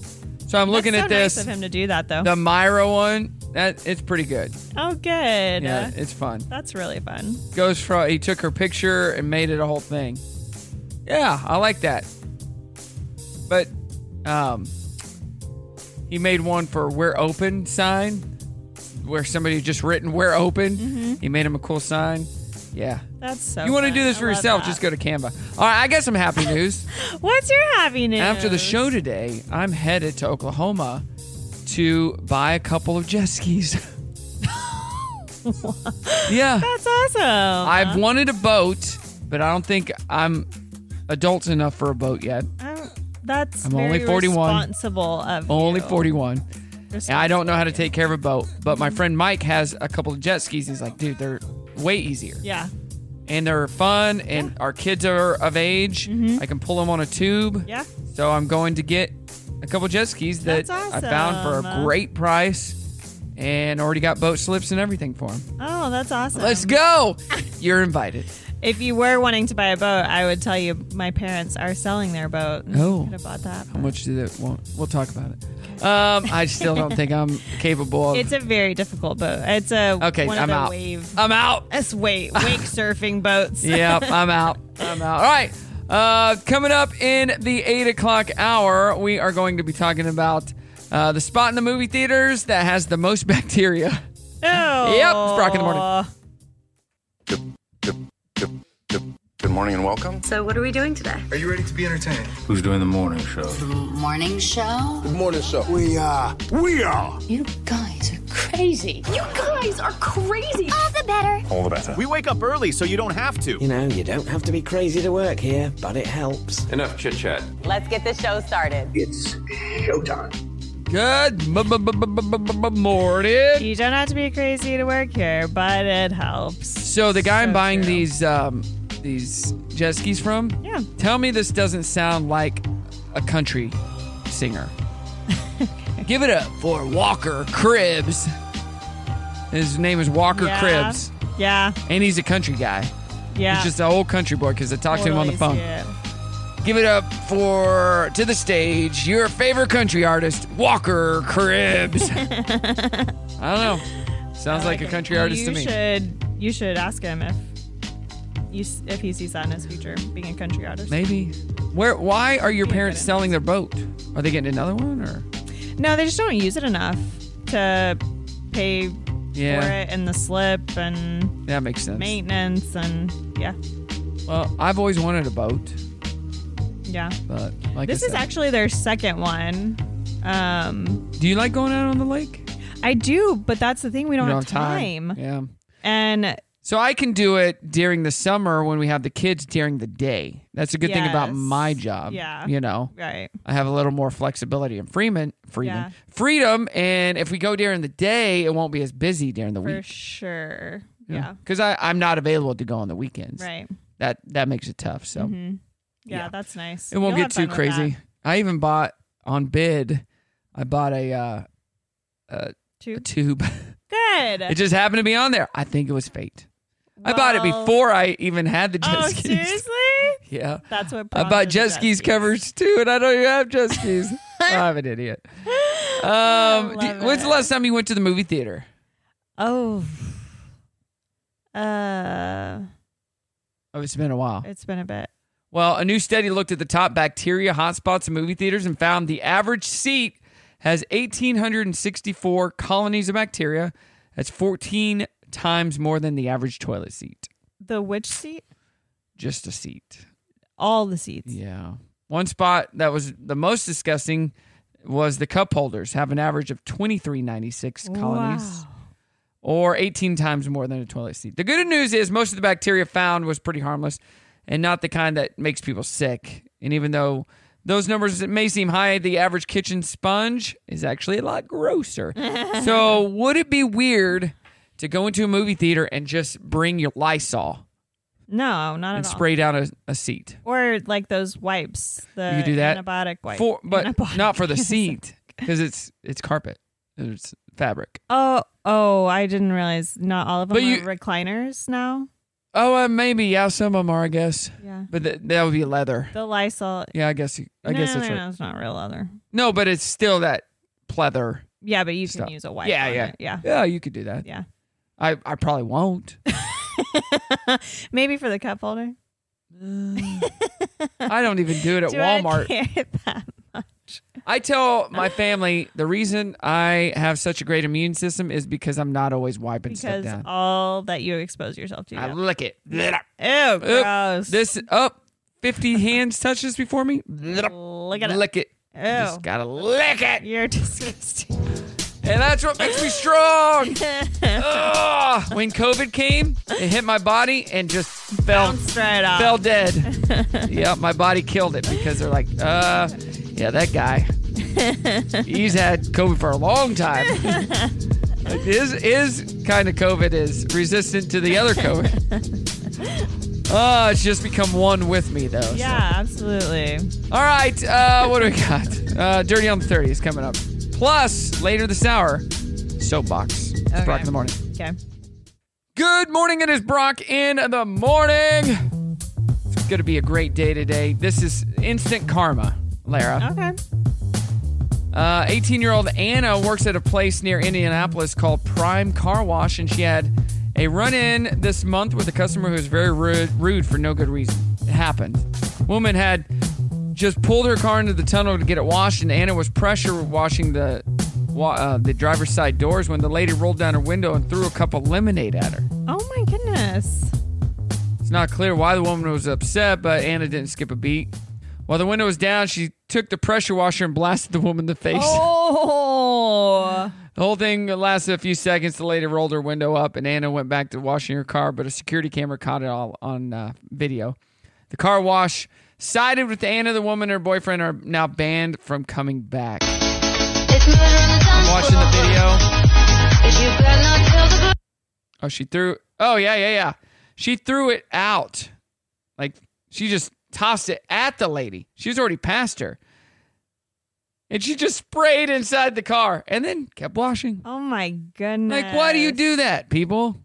G: So I'm looking
H: That's
G: at
H: so
G: this.
H: Nice of him to do that, though.
G: The Myra one, that it's pretty good.
H: oh, good.
G: Yeah, it's fun.
H: That's really fun.
G: Goes from he took her picture and made it a whole thing. Yeah, I like that. But um he made one for we're open sign where somebody just written we're open. He made him a cool sign. Yeah.
H: That's so.
G: you want to
H: fun.
G: do this
H: Mm-hmm. I
G: for
H: love
G: yourself,
H: that.
G: just go to Canva. All right, I got some happy news.
H: What's your happy news?
G: After the show today, I'm headed to Oklahoma to buy a couple of jet skis. yeah.
H: That's awesome.
G: I've wanted a boat, but I don't think I'm adult enough for a boat yet.
H: I'm, that's
G: I'm
H: very
G: only 41.
H: responsible of
G: Only
H: you.
G: 41. And I don't know how to take care of a boat, but my friend Mike has a couple of jet skis. He's like, dude, they're way easier.
H: Yeah.
G: And they're fun, and our kids are of age. I can pull them on a tube.
H: Mm-hmm. Yeah.
G: So I'm going to get a couple jet skis that
H: That's
G: I found for
H: awesome.
G: a great price and already got boat slips and everything for them.
H: Oh, that's awesome.
G: Let's go. You're invited.
H: If you were wanting to buy a boat, I would tell you my parents are selling their boat.
G: Oh.
H: could have bought that.
G: How much did it want? We'll talk about it. Um, I still don't think I'm capable of.
H: It's a very difficult boat. It's a
G: Okay,
H: One of
G: I'm
H: the
G: out.
H: Wave.
G: I'm out.
H: It's wait wake surfing boats.
G: yep, I'm out. I'm out. All right. Uh, coming up in the eight o'clock hour, we are going to be talking about uh, the spot in the movie theaters that has the most bacteria.
H: Oh.
G: Yep, it's Brock in the morning.
O: morning and welcome.
J: So, what are we doing today?
O: Are you ready to be entertained? Who's doing the morning show?
J: Morning show? uh,
O: The morning show. We are. We are.
J: You guys are crazy. You guys are crazy. All the better.
O: All the better.
P: We wake up early so you don't have to.
Q: You know, you don't have to be crazy to work here, but it helps.
P: Enough chit chat.
R: Let's get the show started.
M: It's showtime.
G: Good m- m- m- m- m- morning.
H: You don't have to be crazy to work here, but it helps.
G: So the guy I'm buying these um, these jet skis from, yeah. Tell me this doesn't sound like a country singer. Give it up for Walker Cribs. His name is Walker
H: Yeah.
G: Cribs,
H: Yeah.
G: and he's a country guy.
H: Yeah.
G: he's just an old country boy because I talked to him on the phone.
H: Totally see it.
G: Give it up for to the stage your favorite country artist, Walker Cribs. I don't know. Sounds like, a country artist
H: you
G: to me.
H: Should, you should ask him if you s- if he sees that in his future, being a country artist.
G: Maybe. Where? Why are your parents selling their boat? Are they getting another one or?
H: No, they just don't use it enough to pay
G: Yeah.
H: for it and the slip and
G: That makes sense.
H: maintenance and yeah,
G: Well, I've always wanted a boat,
H: yeah.
G: but like I
H: this is
G: said-
H: actually their second one. Um,
G: Do you like going out on the lake?
H: I do, but that's the thing we
G: You
H: don't,
G: don't
H: have
G: have time.
H: time.
G: Yeah.
H: And
G: So I can do it during the summer when we have the kids during the day. That's a good thing about
H: Yes.
G: my job.
H: Yeah.
G: You know.
H: Right.
G: I have a little more flexibility and freeman freedom.
H: Yeah.
G: Freedom and if we go during the day, it won't be as busy during the
H: for
G: week.
H: sure, yeah,
G: Cuz I I'm not available to go on the weekends.
H: right.
G: That that makes it tough. So
H: Mhm. Yeah, that's nice.
G: It won't
H: You'll
G: get
H: have
G: too
H: fun with that.
G: crazy. I even bought on bid. I bought a uh, a,
H: Tube?
G: a tube.
H: Good.
G: it just happened to be on there. I think it was fate. I bought it
H: Well-
G: before I even had the jet
H: Oh,
G: skis.
H: seriously?
G: Yeah.
H: That's what
G: I bought
H: prompted
G: jet
H: the
G: skis covers too, and I don't even have jet skis. Oh, I'm an idiot. Um, do-
H: love
G: when's the last time you went to the movie theater?
H: Oh. Uh
G: Oh, it's been a while.
H: it's been a bit.
G: Well, a new study looked at the top bacteria hotspots in movie theaters and found the average seat has 1,864 colonies of bacteria. That's 14 times more than the average toilet seat.
H: The witch seat?
G: Just a seat.
H: All the seats.
G: Yeah. One spot that was the most disgusting was the cup holders have an average of 2396 colonies. Or 18 times more than a toilet seat. The good news is most of the bacteria found was pretty harmless and not the kind that makes people sick. And even though those numbers may seem high, the average kitchen sponge is actually a lot grosser. so, would it be weird to go into a movie theater and just bring your Lysol
H: No, not
G: and
H: at all.
G: spray down a, a seat?
H: Or like those wipes, the
G: you could do that
H: antibiotic wipe.
G: for, but
H: Antibiotic.
G: not for the seat because it's it's carpet, it's fabric.
H: Oh, oh, I didn't realize not all of them
G: But
H: are
G: you-
H: recliners now.
G: Oh, uh, maybe yeah, some of them are, I guess.
H: Yeah.
G: but th- that would be leather.
H: The Lysol.
G: Yeah, I guess. you- I
H: no,
G: guess
H: no,
G: that's
H: no,
G: right.
H: no, it's not real leather.
G: No, but it's still that pleather.
H: Yeah, but you can
G: stuff.
H: use a wipe.
G: Yeah,
H: on
G: yeah,
H: it, yeah,
G: yeah. You could do that.
H: Yeah.
G: I I probably won't.
H: Maybe for the cup holder.
G: I don't even do it at
H: Do I
G: Walmart.
H: care that
G: I tell my family the reason I have such a great immune system is because I'm not always wiping stuff
H: because
G: down.
H: all that you expose yourself to.
G: I
H: yeah.
G: lick it.
H: Ew, gross.
G: This up. 50 hands touches before me.
H: Lick it.
G: Lick it.
H: Ew.
G: Just gotta lick it.
H: You're disgusting.
G: And that's what makes me strong. Ugh. When COVID came, it hit my body and just fell,
H: right off.
G: fell dead. yeah, my body killed it because they're like, uh, yeah, that guy. He's had COVID for a long time. Like, his his kind of COVID is resistant to the other COVID. Oh, it's just become one with me though. so.
H: Yeah, absolutely.
G: All right, uh, what do we got? Uh, Dirty on the 30 is coming up. Plus, later this hour, Soapbox. It's
H: Okay.
G: Brock in the morning.
H: Okay.
G: Good morning. It is Brock in the morning. It's going to be a great day today. This is instant karma, Lara.
H: Okay.
G: 18 year old Uh, Anna works at a place near Indianapolis called Prime Car Wash, and she had a run in this month with a customer who was very rude, rude for no good reason. It happened. Woman had just pulled her car into the tunnel to get it washed, and Anna was pressure washing the wa- uh, the driver's side doors when the lady rolled down her window and threw a cup of lemonade at her.
H: Oh my goodness.
G: It's not clear why the woman was upset, but Anna didn't skip a beat. While the window was down, she took the pressure washer and blasted the woman in the face.
H: Oh.
G: The whole thing lasted a few seconds. The lady rolled her window up, and Anna went back to washing her car, but a security camera caught it all on uh, video. The car wash sided with Anna. The woman and her boyfriend are now banned from coming back. I'm watching the video. Oh, she threw. Oh, yeah, yeah, yeah. She threw it out. Like, she just tossed it at the lady. She was already past her. And she just sprayed inside the car and then kept washing.
H: Oh my goodness.
G: Like, why do you do that, people?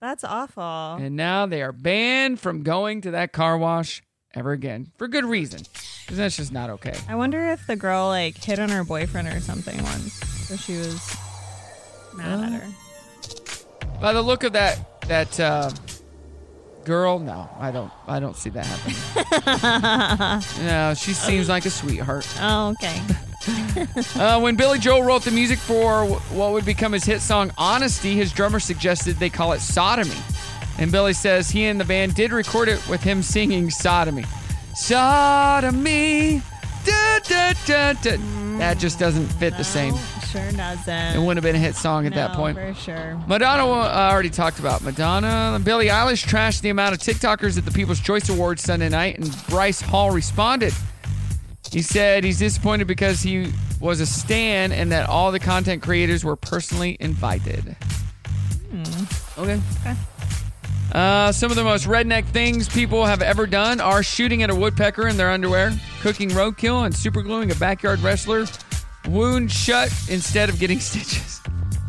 H: That's awful.
G: And now they are banned from going to that car wash ever again for good reason. Because that's just not okay.
H: I wonder if the girl like hit on her boyfriend or something once. So she was mad at her.
G: By the look of that that uh, girl, no, I don't, I don't see that happening. no, she seems like a sweetheart.
H: Oh, okay.
G: uh, when Billy Joel wrote the music for wh- what would become his hit song "Honesty," his drummer suggested they call it sodomy, and Billy says he and the band did record it with him singing sodomy. Sodomy, da, da, da, da. that just doesn't fit the same.
H: Sure doesn't.
G: It wouldn't have been a hit song at that
H: No,
G: point.
H: For sure.
G: Madonna, I already talked about Madonna. Billie Eilish trashed the amount of TikTokers at the People's Choice Awards Sunday night, and Bryce Hall responded. He said he's disappointed because he was a stan and that all the content creators were personally invited. Okay. Uh, some of the most redneck things people have ever done are shooting at a woodpecker in their underwear, cooking roadkill, and supergluing a backyard wrestler wound shut instead of getting stitches.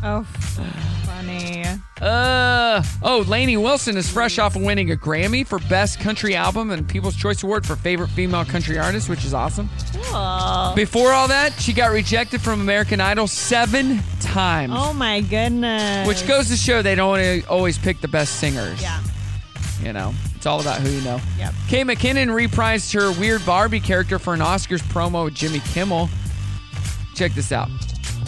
H: Oh, funny.
G: Uh oh, Lainey Wilson is fresh off of winning a Grammy for Best Country Album and People's Choice Award for Favorite Female Country Artist, which is awesome.
H: Cool.
G: Before all that, she got rejected from American Idol seven times,
H: Oh my goodness.
G: which goes to show they don't wanna always pick the best singers.
H: Yeah.
G: You know, it's all about who you know.
H: Yep.
G: Kay McKinnon reprised her weird Barbie character for an Oscars promo with Jimmy Kimmel. Check this out.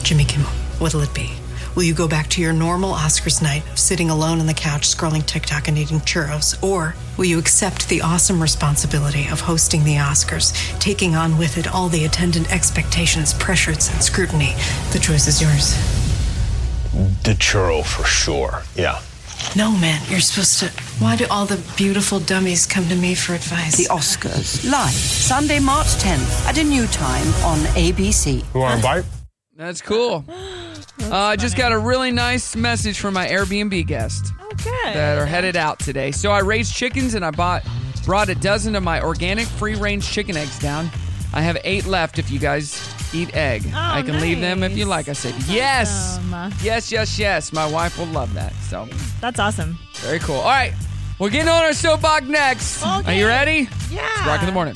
S: Jimmy Kimmel, what'll it be? Will you go back to your normal Oscars night of sitting alone on the couch scrolling TikTok and eating churros? Or will you accept the awesome responsibility of hosting the Oscars, taking on with it all the attendant expectations, pressures, and scrutiny? The choice is yours.
T: The churro for sure. Yeah.
S: No, man, you're supposed to. Why do all the beautiful dummies come to me for advice? The Oscars.
U: Live Sunday, March 10th at a new time on ABC.
T: You want a bite?
G: That's cool. uh, I just got a really nice message from my Airbnb guest.
H: Okay.
G: that are headed out today. So I raised chickens and I bought brought a dozen of my organic free range chicken eggs down. I have eight left if you guys eat egg. I can leave them if you like. I said, yes. Yes, yes, yes. My wife will love that. So
H: That's awesome.
G: very cool. All right. We're getting on our soapbox next. Are you ready? Yeah. It's Rock in the Morning.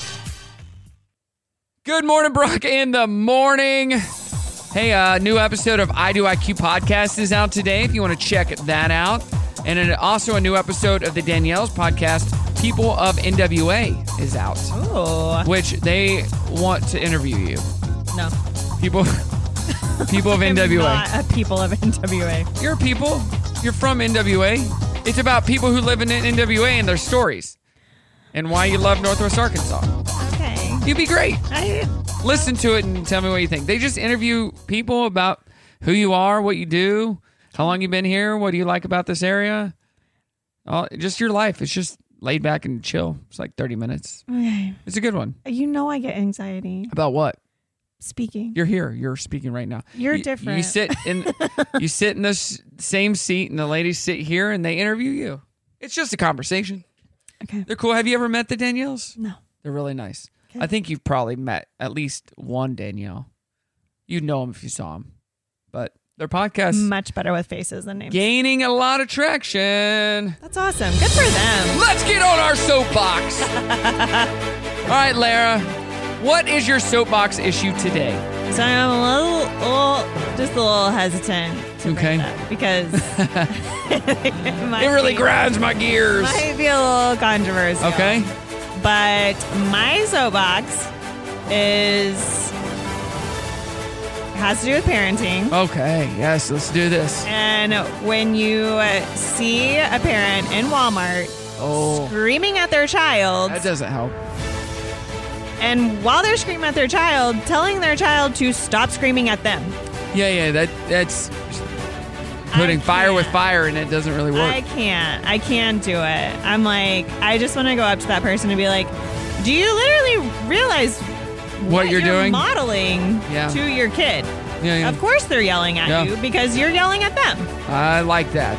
G: Good morning, Brock in the morning. Hey, uh, new episode of I Do IQ podcast is out today if you want to check that out. And it, also a new episode of the Danielle's podcast, People of NWA, is out.
H: Oh.
G: Which they want to interview you.
H: No.
G: People People of
H: I'm
G: NWA.
H: Not a people of NWA.
G: You're people. You're from NWA. It's about people who live in NWA and their stories and why you love Northwest Arkansas.
H: Okay.
G: You'd be great.
H: I,
G: Listen to it and tell me what you think. They just interview people about who you are, what you do, how long you've been here, what do you like about this area. All, just your life. It's just laid back and chill. It's like 30 minutes.
H: okay.
G: It's a good one.
H: You know I get anxiety
G: About what?
H: speaking.
G: You're here. You're speaking right now.
H: You're
G: You- You
H: different.
G: sit in you sit in this same seat, and the ladies sit here, and they interview you. It's just a conversation.
H: Okay.
G: They're cool. Have you ever met the Danielles?
H: No.
G: They're really nice.
H: Okay.
G: I think you've probably met at least one Danielle. You'd know them if you saw them, but their podcast
H: Much better with faces than names.
G: gaining a lot of traction.
H: That's awesome. Good for them.
G: Let's get on our soapbox. All right, Lara, what is your soapbox issue today?
H: So I'm a little, little just a little hesitant to bring
G: Okay.
H: that because it, might
G: It really
H: be-
G: grinds my gears.
H: Might be a little controversial.
G: Okay.
H: But my soapbox is has to do with parenting.
G: Oh. Okay, yes, let's do this.
H: And when you uh, see a parent in Walmart
G: Oh.
H: screaming at their child.
G: That doesn't help.
H: And while they're screaming at their child, telling their child to stop screaming at them.
G: Yeah, yeah, that that's putting fire with fire, and it doesn't really work.
H: I can't. I can't do it. I'm like, I just want to go up to that person and be like, do you literally realize
G: What you're doing?"
H: Modeling
G: Yeah.
H: to your kid.
G: Yeah, yeah.
H: Of course they're yelling at
G: Yeah.
H: you because you're yelling at them.
G: I, like that.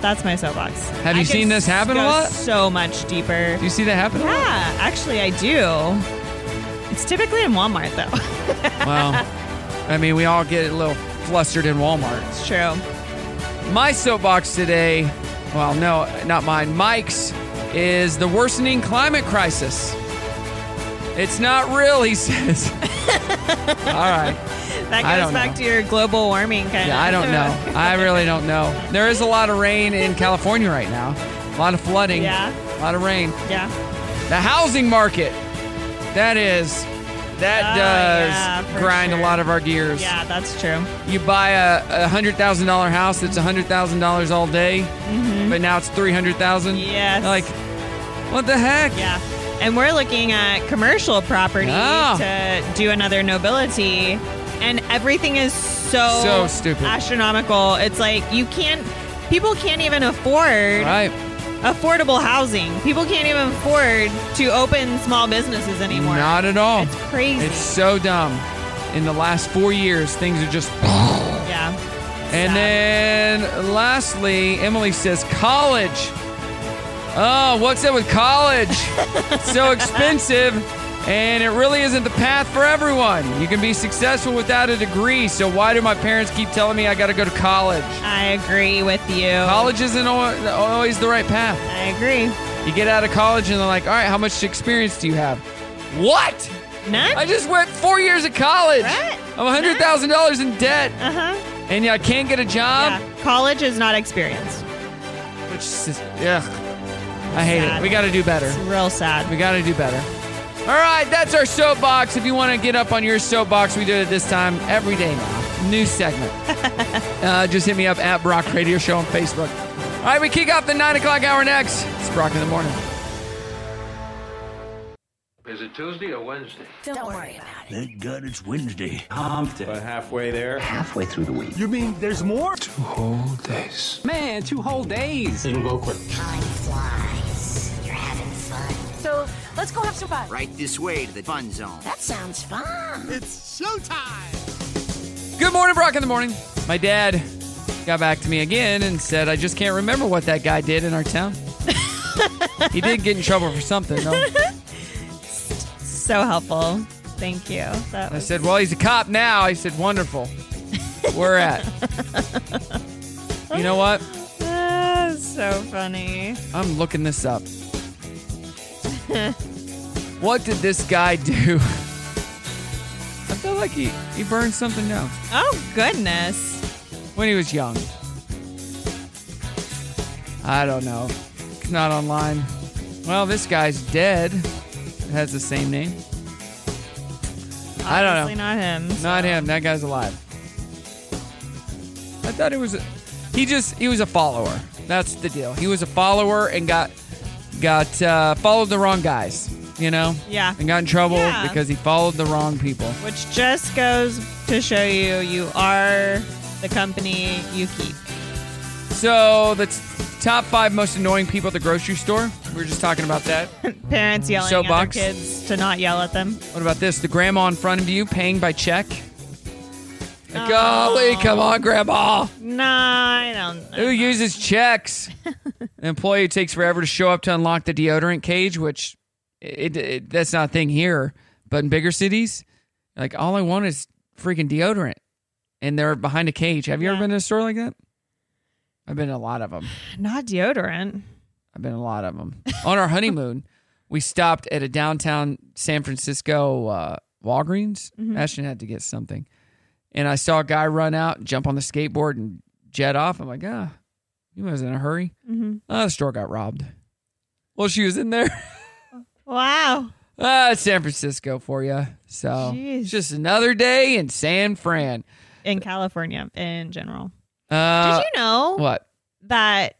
H: That's my soapbox.
G: Have you
H: I could
G: seen this happen a
H: go
G: lot?
H: So much deeper. Do
G: you see that happen?
H: Yeah, actually, I do. It's typically in Walmart though.
G: Well, I mean, we all get a little flustered in Walmart. It's
H: true.
G: My soapbox today, well, no, not mine. Mike's is the worsening climate crisis. It's not real, he says. all right.
H: That
G: I
H: goes
G: don't
H: back
G: know.
H: to your global warming kind
G: Yeah,
H: of.
G: I don't know. I really don't know. There is a lot of rain in California right now. A lot of flooding.
H: Yeah.
G: A lot of rain.
H: Yeah.
G: The housing market. That is. That
H: Oh,
G: does
H: yeah, for
G: grind a
H: sure.
G: lot of our gears.
H: Yeah, that's true.
G: You buy a, a hundred thousand dollar house that's a hundred thousand dollars all day, but now it's three hundred thousand.
H: Mm-hmm. Yes.
G: Like, what the heck?
H: Yeah. And we're looking at commercial property
G: Yeah.
H: to do another nobility. And everything is so,
G: So stupid.
H: astronomical. It's like you can't, people can't even afford
G: Right.
H: affordable housing. People can't even afford to open small businesses anymore.
G: not at all. It's
H: crazy.
G: It's so dumb. In the last four years, things are just.
H: Yeah.
G: And then lastly, Emily says college. Oh, what's up with college? It's so expensive, and it really isn't the path for everyone. You can be successful without a degree, so why do my parents keep telling me I got to go to college?
H: I agree with you.
G: College isn't al- always the right path.
H: I agree.
G: You get out of college, and they're like, all right, how much experience do you have? What?
H: None?
G: I um, just went four years of college.
H: Right?
G: I'm $100,000 in debt,
H: Uh huh.
G: and I can't get a job.
H: College is not experience.
G: Which is, yeah. I hate
H: Sad.
G: it. We got to do better. It's
H: real sad.
G: We got to do better. All right, that's our soapbox. If you want to get up on your soapbox, we do it this time every day now. New segment. uh, just hit me up at Brock Radio Show on Facebook. All right, we kick off the 9 o'clock hour next. It's Brock in the morning.
B: Is it Tuesday or Wednesday?
V: Don't, worry about
B: Thank God it's Wednesday. Hump day. But halfway there. Halfway through the week. You mean there's more? Two whole days. Man, two whole days. It'll go quick.
V: Time flies. You're having fun. So let's go have some fun.
W: Right this way to the fun zone.
V: That sounds fun. It's showtime.
G: Good morning, Brock in the morning. My dad got back to me again and said, I just can't remember what that guy did in our town. he did get in trouble for something, though.
H: So helpful. Thank you. That
G: I
H: was
G: said, Well, he's a cop now. I said, Wonderful. We're at. you know what?
H: Ah, so funny.
G: I'm looking this up. What did this guy do? I feel like he, he burned something down
H: oh goodness.
G: when he was young. I don't know. It's not online. Well, this guy's dead. It has the same name. I don't know.
H: Obviously not him.
G: Not him. That guy's alive. I thought it was. A, he just he was a follower. That's the deal. He was a follower and got got uh, followed the wrong guys. You know.
H: Yeah.
G: And got in trouble
H: Yeah.
G: because he followed the wrong people.
H: Which just goes to show you you are the company you keep.
G: So the t- top five most annoying people at the grocery store. We were just talking about that.
H: Parents yelling
G: Soapbox.
H: at their kids to not yell at them.
G: What about this? The grandma in front of you paying by check. Like, Golly, come on, grandma.
H: No, I don't.
G: Who uses checks? An employee who takes forever to show up to unlock the deodorant cage, which it, it- that's not a thing here, but in bigger cities, like all I want is freaking deodorant, and they're behind a cage. Have you ever been in a store like that? I've been in a lot of them.
H: Not deodorant.
G: I've been in a lot of them. On our honeymoon, we stopped at a downtown San Francisco uh, Walgreens.
H: Mm-hmm.
X: Mhm.
G: Ashton had to get something. And I saw a guy run out, jump on the skateboard, and jet off. I'm like, ah, he was in a hurry.
H: Mhm.
G: Ah, the store got robbed. Well, she was in there.
H: Wow.
G: ah, it's San Francisco for you. So
H: Jeez.
G: it's just another day in San Fran.
H: In California in general.
G: Uh,
H: Did you know
G: What?
H: that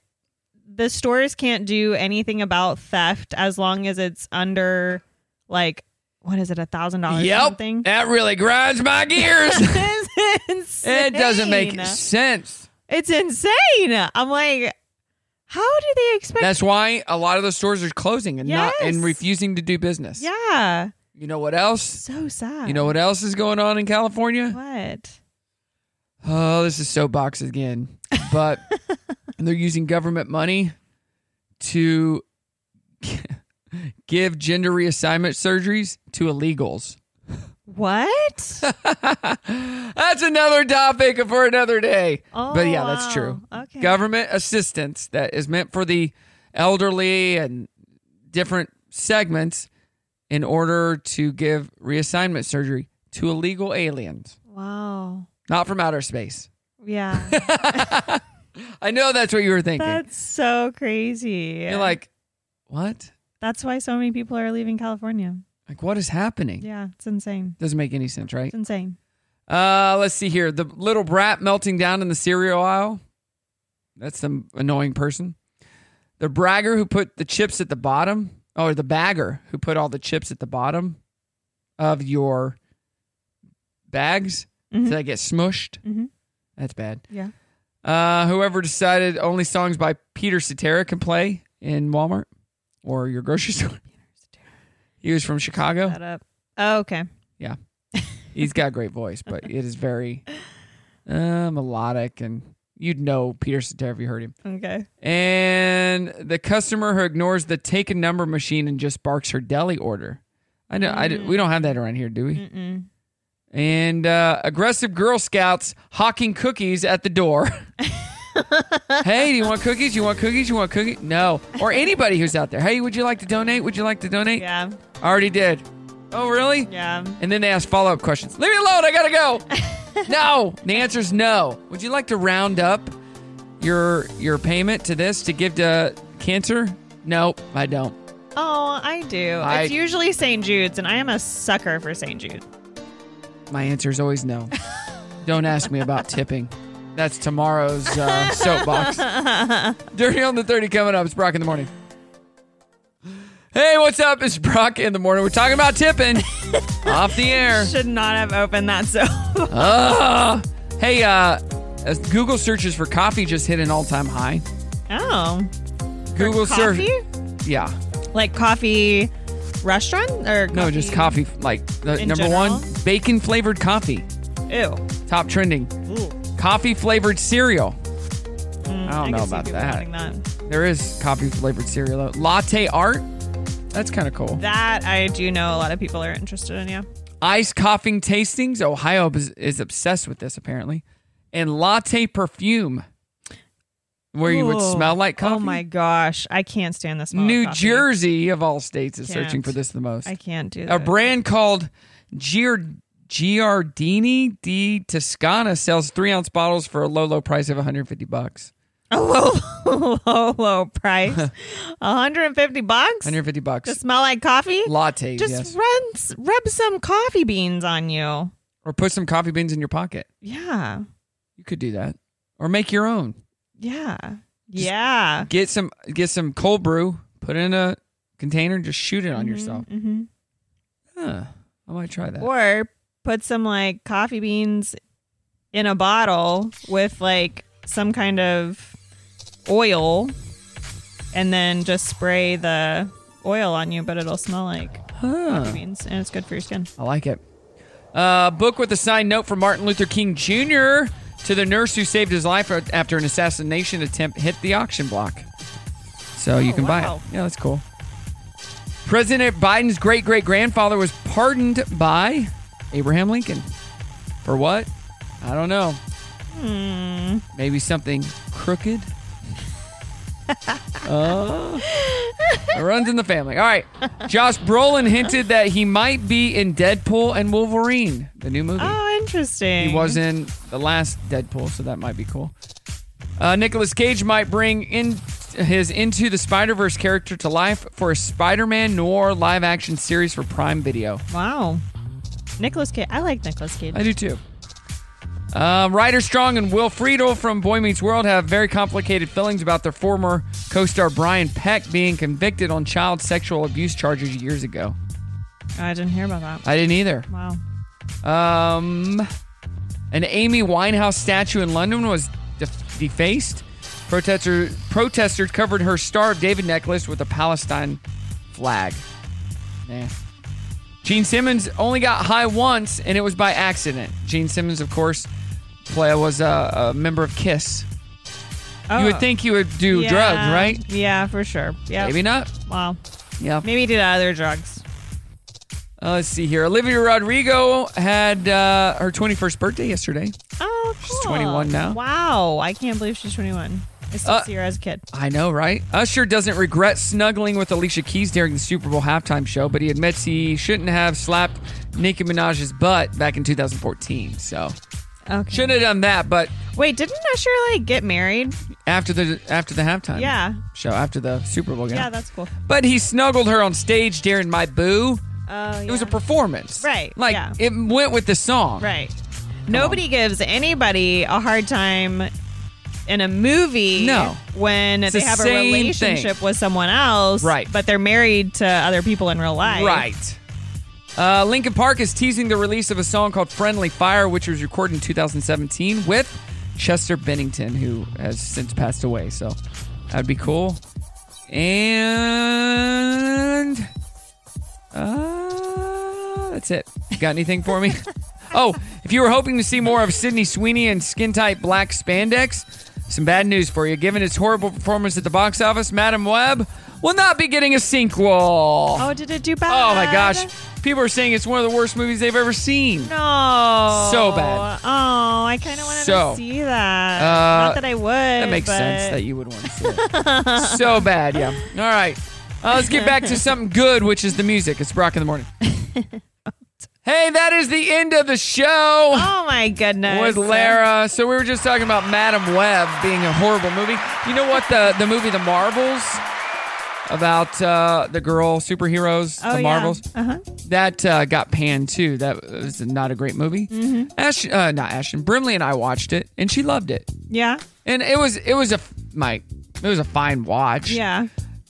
H: the stores can't do anything about theft as long as it's under like what is it a thousand dollars
G: Yep.
H: something
G: That really grinds my gears.
H: it
G: It doesn't make sense.
H: it's insane i'm like how do they expect
G: That's why a lot of the stores are closing and not and refusing to do business.
H: yeah
G: You know what else?
H: so sad
G: You know what else is going on in California?
H: what
G: Oh, this is soapbox again. But they're using government money to give gender reassignment surgeries to illegals.
H: what
G: That's another topic for another day.
H: Oh,
G: but yeah, that's
H: wow.
G: true.
H: Okay.
G: Government assistance that is meant for the elderly and different segments in order to give reassignment surgery to illegal aliens,
H: wow
G: not from outer space.
H: yeah
G: I know that's what you were thinking.
H: that's so crazy
G: You're like, what?
H: that's why so many people are leaving california
G: Like, what is happening?
H: yeah it's insane
G: Doesn't make any sense, right?
H: it's insane
G: Uh, let's see here. The little brat melting down in the cereal aisle. That's the annoying person. The bragger who put the chips at the bottom, or the bagger who put all the chips at the bottom of your bags. So they get smushed.
H: Mhm.
G: That's bad.
H: yeah
G: Uh, whoever decided only songs by Peter Cetera can play in Walmart or your grocery store. He was from Chicago.
H: that up oh, okay
G: Yeah. He's got a great voice, but it is very uh, melodic and you'd know Peter Cetera if you heard him.
H: okay
G: And the customer who ignores the take a number machine and just barks her deli order. I know I d we don't have that around here, do we?
H: Mm-mm.
G: And uh, aggressive Girl Scouts hawking cookies at the door. hey, do you want cookies? You want cookies? You want cookies? No. Or anybody who's out there. Hey, would you like to donate? Would you like to donate?
H: Yeah.
G: I already did. Oh, really?
H: Yeah.
G: And then they ask follow up questions. Leave me alone. I gotta go. no. The answer is no. Would you like to round up your your payment to this to give to cancer? Nope, I don't.
H: Oh, I do.
G: I-
H: it's usually St. Jude's, and I am a sucker for St. Jude.
G: My answer is always no. Don't ask me about tipping. That's tomorrow's uh, soapbox. Dirty on the 30 coming up. It's Brock in the morning. Hey, what's up? It's Brock in the morning. We're talking about tipping off the air.
H: Should not have opened that so.
G: Ugh. hey, uh, as Google searches for coffee just hit an all time high.
H: oh.
G: Google search.
H: coffee?
G: Yeah.
H: Like coffee restaurant or coffee?
G: No, just coffee. Like the
H: In
G: number one, bacon flavored coffee.
H: Ew.
G: Top trending. Coffee flavored cereal. I don't
H: Hmm, I can
G: know
H: see
G: about
H: people
G: that.
H: having that.
G: There is coffee flavored cereal. though. Latte art. That's kind of cool.
H: That I do know a lot of people are interested in. Yeah.
G: Ice coughing tastings. Ohio is, is obsessed with this apparently. And latte perfume, where you would
H: Ooh.
G: smell like coffee.
H: Oh my gosh, I can't stand this.
G: New
H: coffee.
G: Jersey of all states is searching
H: Can't.
G: for this the most.
H: I can't do
G: A
H: that.
G: brand called Giard- Giardini di Toscana sells three ounce bottles for a low, low price of 150 bucks.
H: A low, low, low price. 150 bucks.
G: 150 bucks.
H: To smell like coffee.
G: Lattes,
H: Just
G: yes.
H: run- rub some coffee beans on you.
G: Or put some coffee beans in your pocket.
H: Yeah.
G: You could do that. Or make your own.
H: Yeah. yeah.
G: Get some get some cold brew, put it in a container, and just shoot it on yourself.
H: Mm-hmm.
G: Huh. I might try that.
H: Or put some like coffee beans in a bottle with like some kind of oil and then just spray the oil on you, but it'll smell like coffee beans and it's good for your skin.
G: I like it. Uh, book with a signed note from Martin Luther King Jr. to the nurse who saved his life after an assassination attempt hit the auction block. So you
H: Oh,
G: can buy
H: wow.
G: it. Yeah, that's cool. President Biden's great great grandfather was pardoned by Abraham Lincoln. For what? I don't know.
H: Hmm.
G: Maybe something crooked? Oh. It runs in the family. All right. Josh Brolin hinted that he might be in Deadpool and Wolverine, the new movie.
H: Oh, interesting.
G: He was in the last Deadpool, so that might be cool. Uh, Nicholas Cage might bring in his Into the Spider Verse character to life for a Spider Man noir live action series for Prime Video.
H: Wow. Nicholas Cage. I like Nicholas Cage.
G: I do too. Um, Uh, Ryder Strong and Will Friedle from Boy Meets World have very complicated feelings about their former co star Brian Peck being convicted on child sexual abuse charges years ago.
H: I didn't hear about that.
G: I didn't either.
H: Wow.
G: Um, an Amy Winehouse statue in London was def- defaced. Protester, protesters covered her Star of David necklace with a Palestine flag. Yeah. Gene Simmons only got high once, and it was by accident. Gene Simmons, of course, play was a, a member of Kiss. You would think he would do
H: Oh. Yeah.
G: drugs, right?
H: Yeah, for sure. Yeah.
G: Maybe not.
H: Wow.
G: Yeah.
H: Maybe he did other drugs.
G: Uh, let's see here. Olivia Rodrigo had uh, her 21st birthday yesterday.
H: Oh,
G: She's 21 now. Uh,
H: Wow. I can't believe she's 21. I still see her as a kid.
G: I know, right? Usher doesn't regret snuggling with Alicia Keys during the Super Bowl halftime show, but he admits he shouldn't have slapped Nicki Minaj's butt back in 2014. So
H: Okay.
G: shouldn't have done that. But
H: Wait, didn't Usher like get married?
G: after the after the halftime,
H: Yeah.
G: show after the Super Bowl game,
H: Yeah, that's cool.
G: But he snuggled her on stage during My Boo.
H: Oh,
G: It was a performance,
H: Right,
G: Like
H: yeah.
G: it went with the song,
H: Right. Nobody gives anybody a hard time in a movie
G: No.
H: when
G: It's
H: they
G: the
H: have a
G: same
H: relationship with someone else.
G: Right.
H: But they're married to other people in real life.
G: Right. Uh, Linkin Park is teasing the release of a song called Friendly Fire, which was recorded in 2017 with Chester Bennington, who has since passed away. So that'd be cool. And uh, that's it. You got anything for me? oh, if you were hoping to see more of Sydney Sweeney in skin tight black spandex, some bad news for you. Given its horrible performance at the box office, Madam Web will not be getting a sequel.
H: Oh, did it do bad?
G: Oh my gosh. People are saying it's one of the worst movies they've ever seen.
H: No.
G: So bad.
H: Oh, I kind of wanted
G: So,
H: to see that.
G: uh,
H: Not that I would.
G: That makes
H: but-
G: sense that you would want to see it. so bad, yeah. All right. Uh, let's get back to something good, which is the music. It's Brock in the morning. hey, that is the end of the show. Oh
H: my goodness.
G: With Lara. So we were just talking about Madam Web being a horrible movie. You know what the the movie The Marvels about uh, the girl superheroes,
H: Oh,
G: The
H: yeah.
G: Marvels.
H: Uh-huh.
G: That uh, got panned too. That was not a great movie.
H: Mm-hmm.
G: Ash, uh, not Ashton Brimley and I watched it, and she loved it.
H: Yeah.
G: And it was it was a f- my it was a fine watch.
H: Yeah.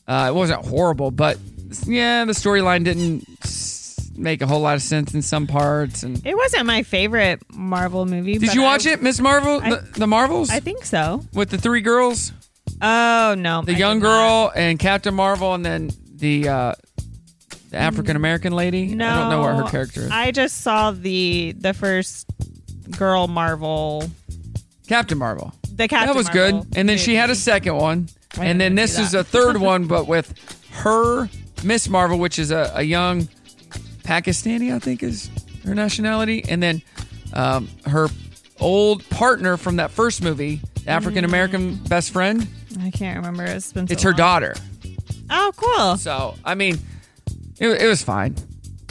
G: Uh, it wasn't horrible, but yeah, the storyline didn't s- make a whole lot of sense in some parts. And
H: It wasn't my favorite Marvel movie.
G: did
H: but
G: you
H: I-
G: watch it, Miss Marvel?
H: I-
G: the, the Marvels?
H: I think so.
G: with the three girls,
H: Oh no.
G: the young girl and Captain Marvel, and then the uh, the African American lady.
H: No,
G: I don't know what her character is.
H: I just saw the the first girl Marvel,
G: Captain Marvel.
H: the Captain.
G: that was
H: Marvel.
G: good. And then she had a second one.
H: I
G: And
H: didn't
G: then this
H: see
G: is
H: that.
G: a third one, but with her, Miss Marvel, which is a, a young Pakistani, I think is her nationality. And then um, her old partner from that first movie, African American best friend,
H: I can't remember. It's been. Mm-hmm. So
G: it's her
H: long.
G: daughter.
H: Oh, cool.
G: So, I mean, it, it was fine.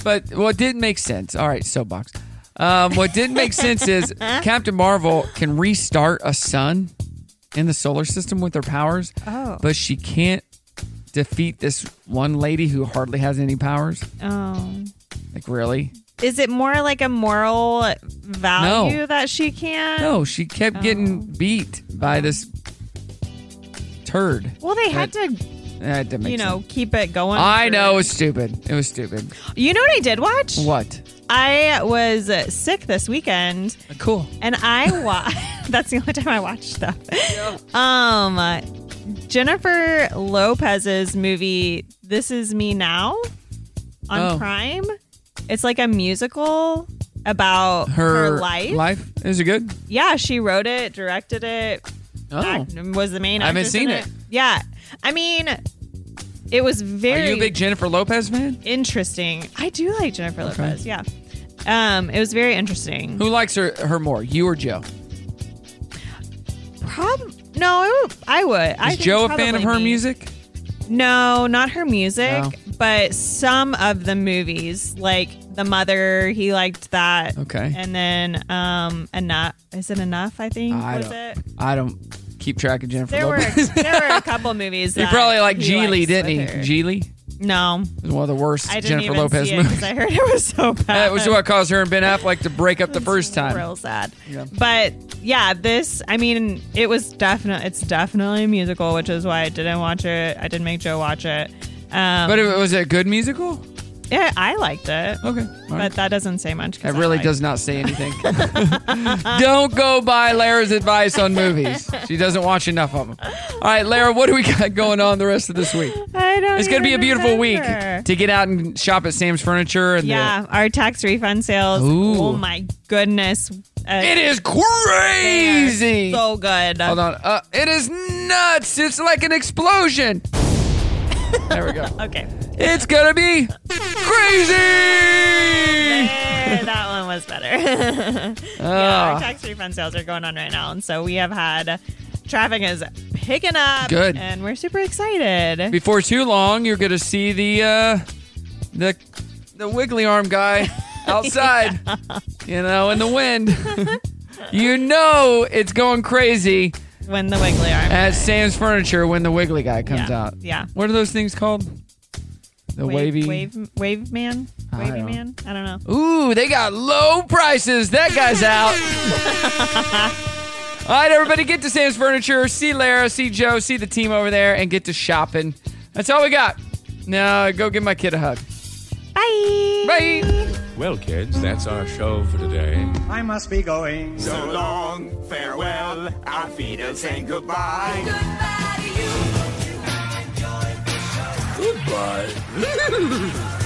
G: But what didn't make sense, all right, soapbox. Um, what didn't make sense is Captain Marvel can restart a sun in the solar system with her powers,
H: Oh.
G: but she can't defeat this one lady who hardly has any powers.
H: Oh.
G: Like, really?
H: Is it more like a moral value
G: No.
H: that she can't?
G: No, she kept getting
H: Oh.
G: beat by this turd.
H: Well, they had
G: That-
H: to,
G: That didn't make
H: you know,
G: sense.
H: keep it going.
G: I
H: for-
G: know, it was stupid. It was stupid.
H: You know what I did watch?
G: What?
H: I was uh, sick this weekend.
G: Cool.
H: And I wa- that's the only time I watch stuff. Um Jennifer Lopez's movie This Is Me Now on
G: Oh.
H: Prime. It's like a musical about her, life.
G: Life? Is it good?
H: Yeah, she wrote it, directed it,
G: Oh.
H: act- was the main
G: I haven't
H: actress
G: seen
H: in
G: it.
H: Yeah. I mean, it was very
G: Are you a big Jennifer Lopez fan?
H: interesting. I do like Jennifer Lopez. Yeah. Um, it was very interesting.
G: Who likes her, her more, you or Joe?
H: Prob- no, it would, I would. I
G: Is
H: think
G: Joe a fan
H: probably
G: of her
H: me.
G: music?
H: No, not her music,
G: No.
H: but some of the movies, like The Mother, he liked that.
G: Okay.
H: And then um, Enough. Is it Enough, I think,
G: I
H: was
G: don't.
H: it?
G: I don't keep track of Jennifer
H: There were,
G: Lopez.
H: there were a couple movies.
G: he
H: that
G: probably liked
H: he
G: Geely,
H: likes
G: didn't
H: with
G: he?
H: her.
G: Geely.
H: No.
G: It was one of the worst
H: I didn't
G: Jennifer
H: even
G: Lopez
H: see it 'cause
G: movies.
H: I heard it was so bad.
G: That was what caused her and Ben Affleck to break up the first time.
H: Real sad. But yeah, this I mean, it was definitely it's definitely a musical, which is why I didn't watch it. I didn't make Joe watch it. Um,
G: But it, was it a good musical?
H: Yeah, I liked it.
G: Okay,
H: but that doesn't say much. 'cause
G: It really
H: I
G: does not say anything. Don't go by Lara's advice on movies. She doesn't watch enough of them. All right, Lara, what do we got going on the rest of this week?
H: I don't.
G: It's going to be a
H: even
G: beautiful week
H: remember.
G: to get out and shop at Sam's Furniture. And the-
H: Yeah, our tax refund sales.
G: Ooh.
H: Oh my goodness. Uh,
G: it is crazy.
H: So good.
G: Hold on. Uh, it is nuts. It's like an explosion. There we go.
H: okay.
G: It's going to be crazy.
H: Eh, that one was better.
G: Ah.
H: yeah, our tax refund sales are going on right now, and so we have had traffic is picking up.
G: Good.
H: and we're super excited.
G: Before too long, you're going to see the uh, the the wiggly arm guy outside, you know, in the wind. you know it's going crazy
H: when the wiggly arm
G: at Sam's Furniture when the wiggly guy comes out.
H: yeah.
G: What are those things called? The
H: wave,
G: wavy.
H: wave, wave man,
G: I
H: wavy
G: don't-
H: man. I don't know.
G: Ooh, they got low prices. That guy's out. All right, everybody, get to Sam's Furniture. See Lara, see Joe, see the team over there, and get to shopping. That's all we got. Now go give my kid a hug.
H: Bye.
G: Bye.
C: Well, kids, that's our show for today.
D: I must be going. So long, farewell, our feet are saying goodbye. Goodbye to you. Goodbye.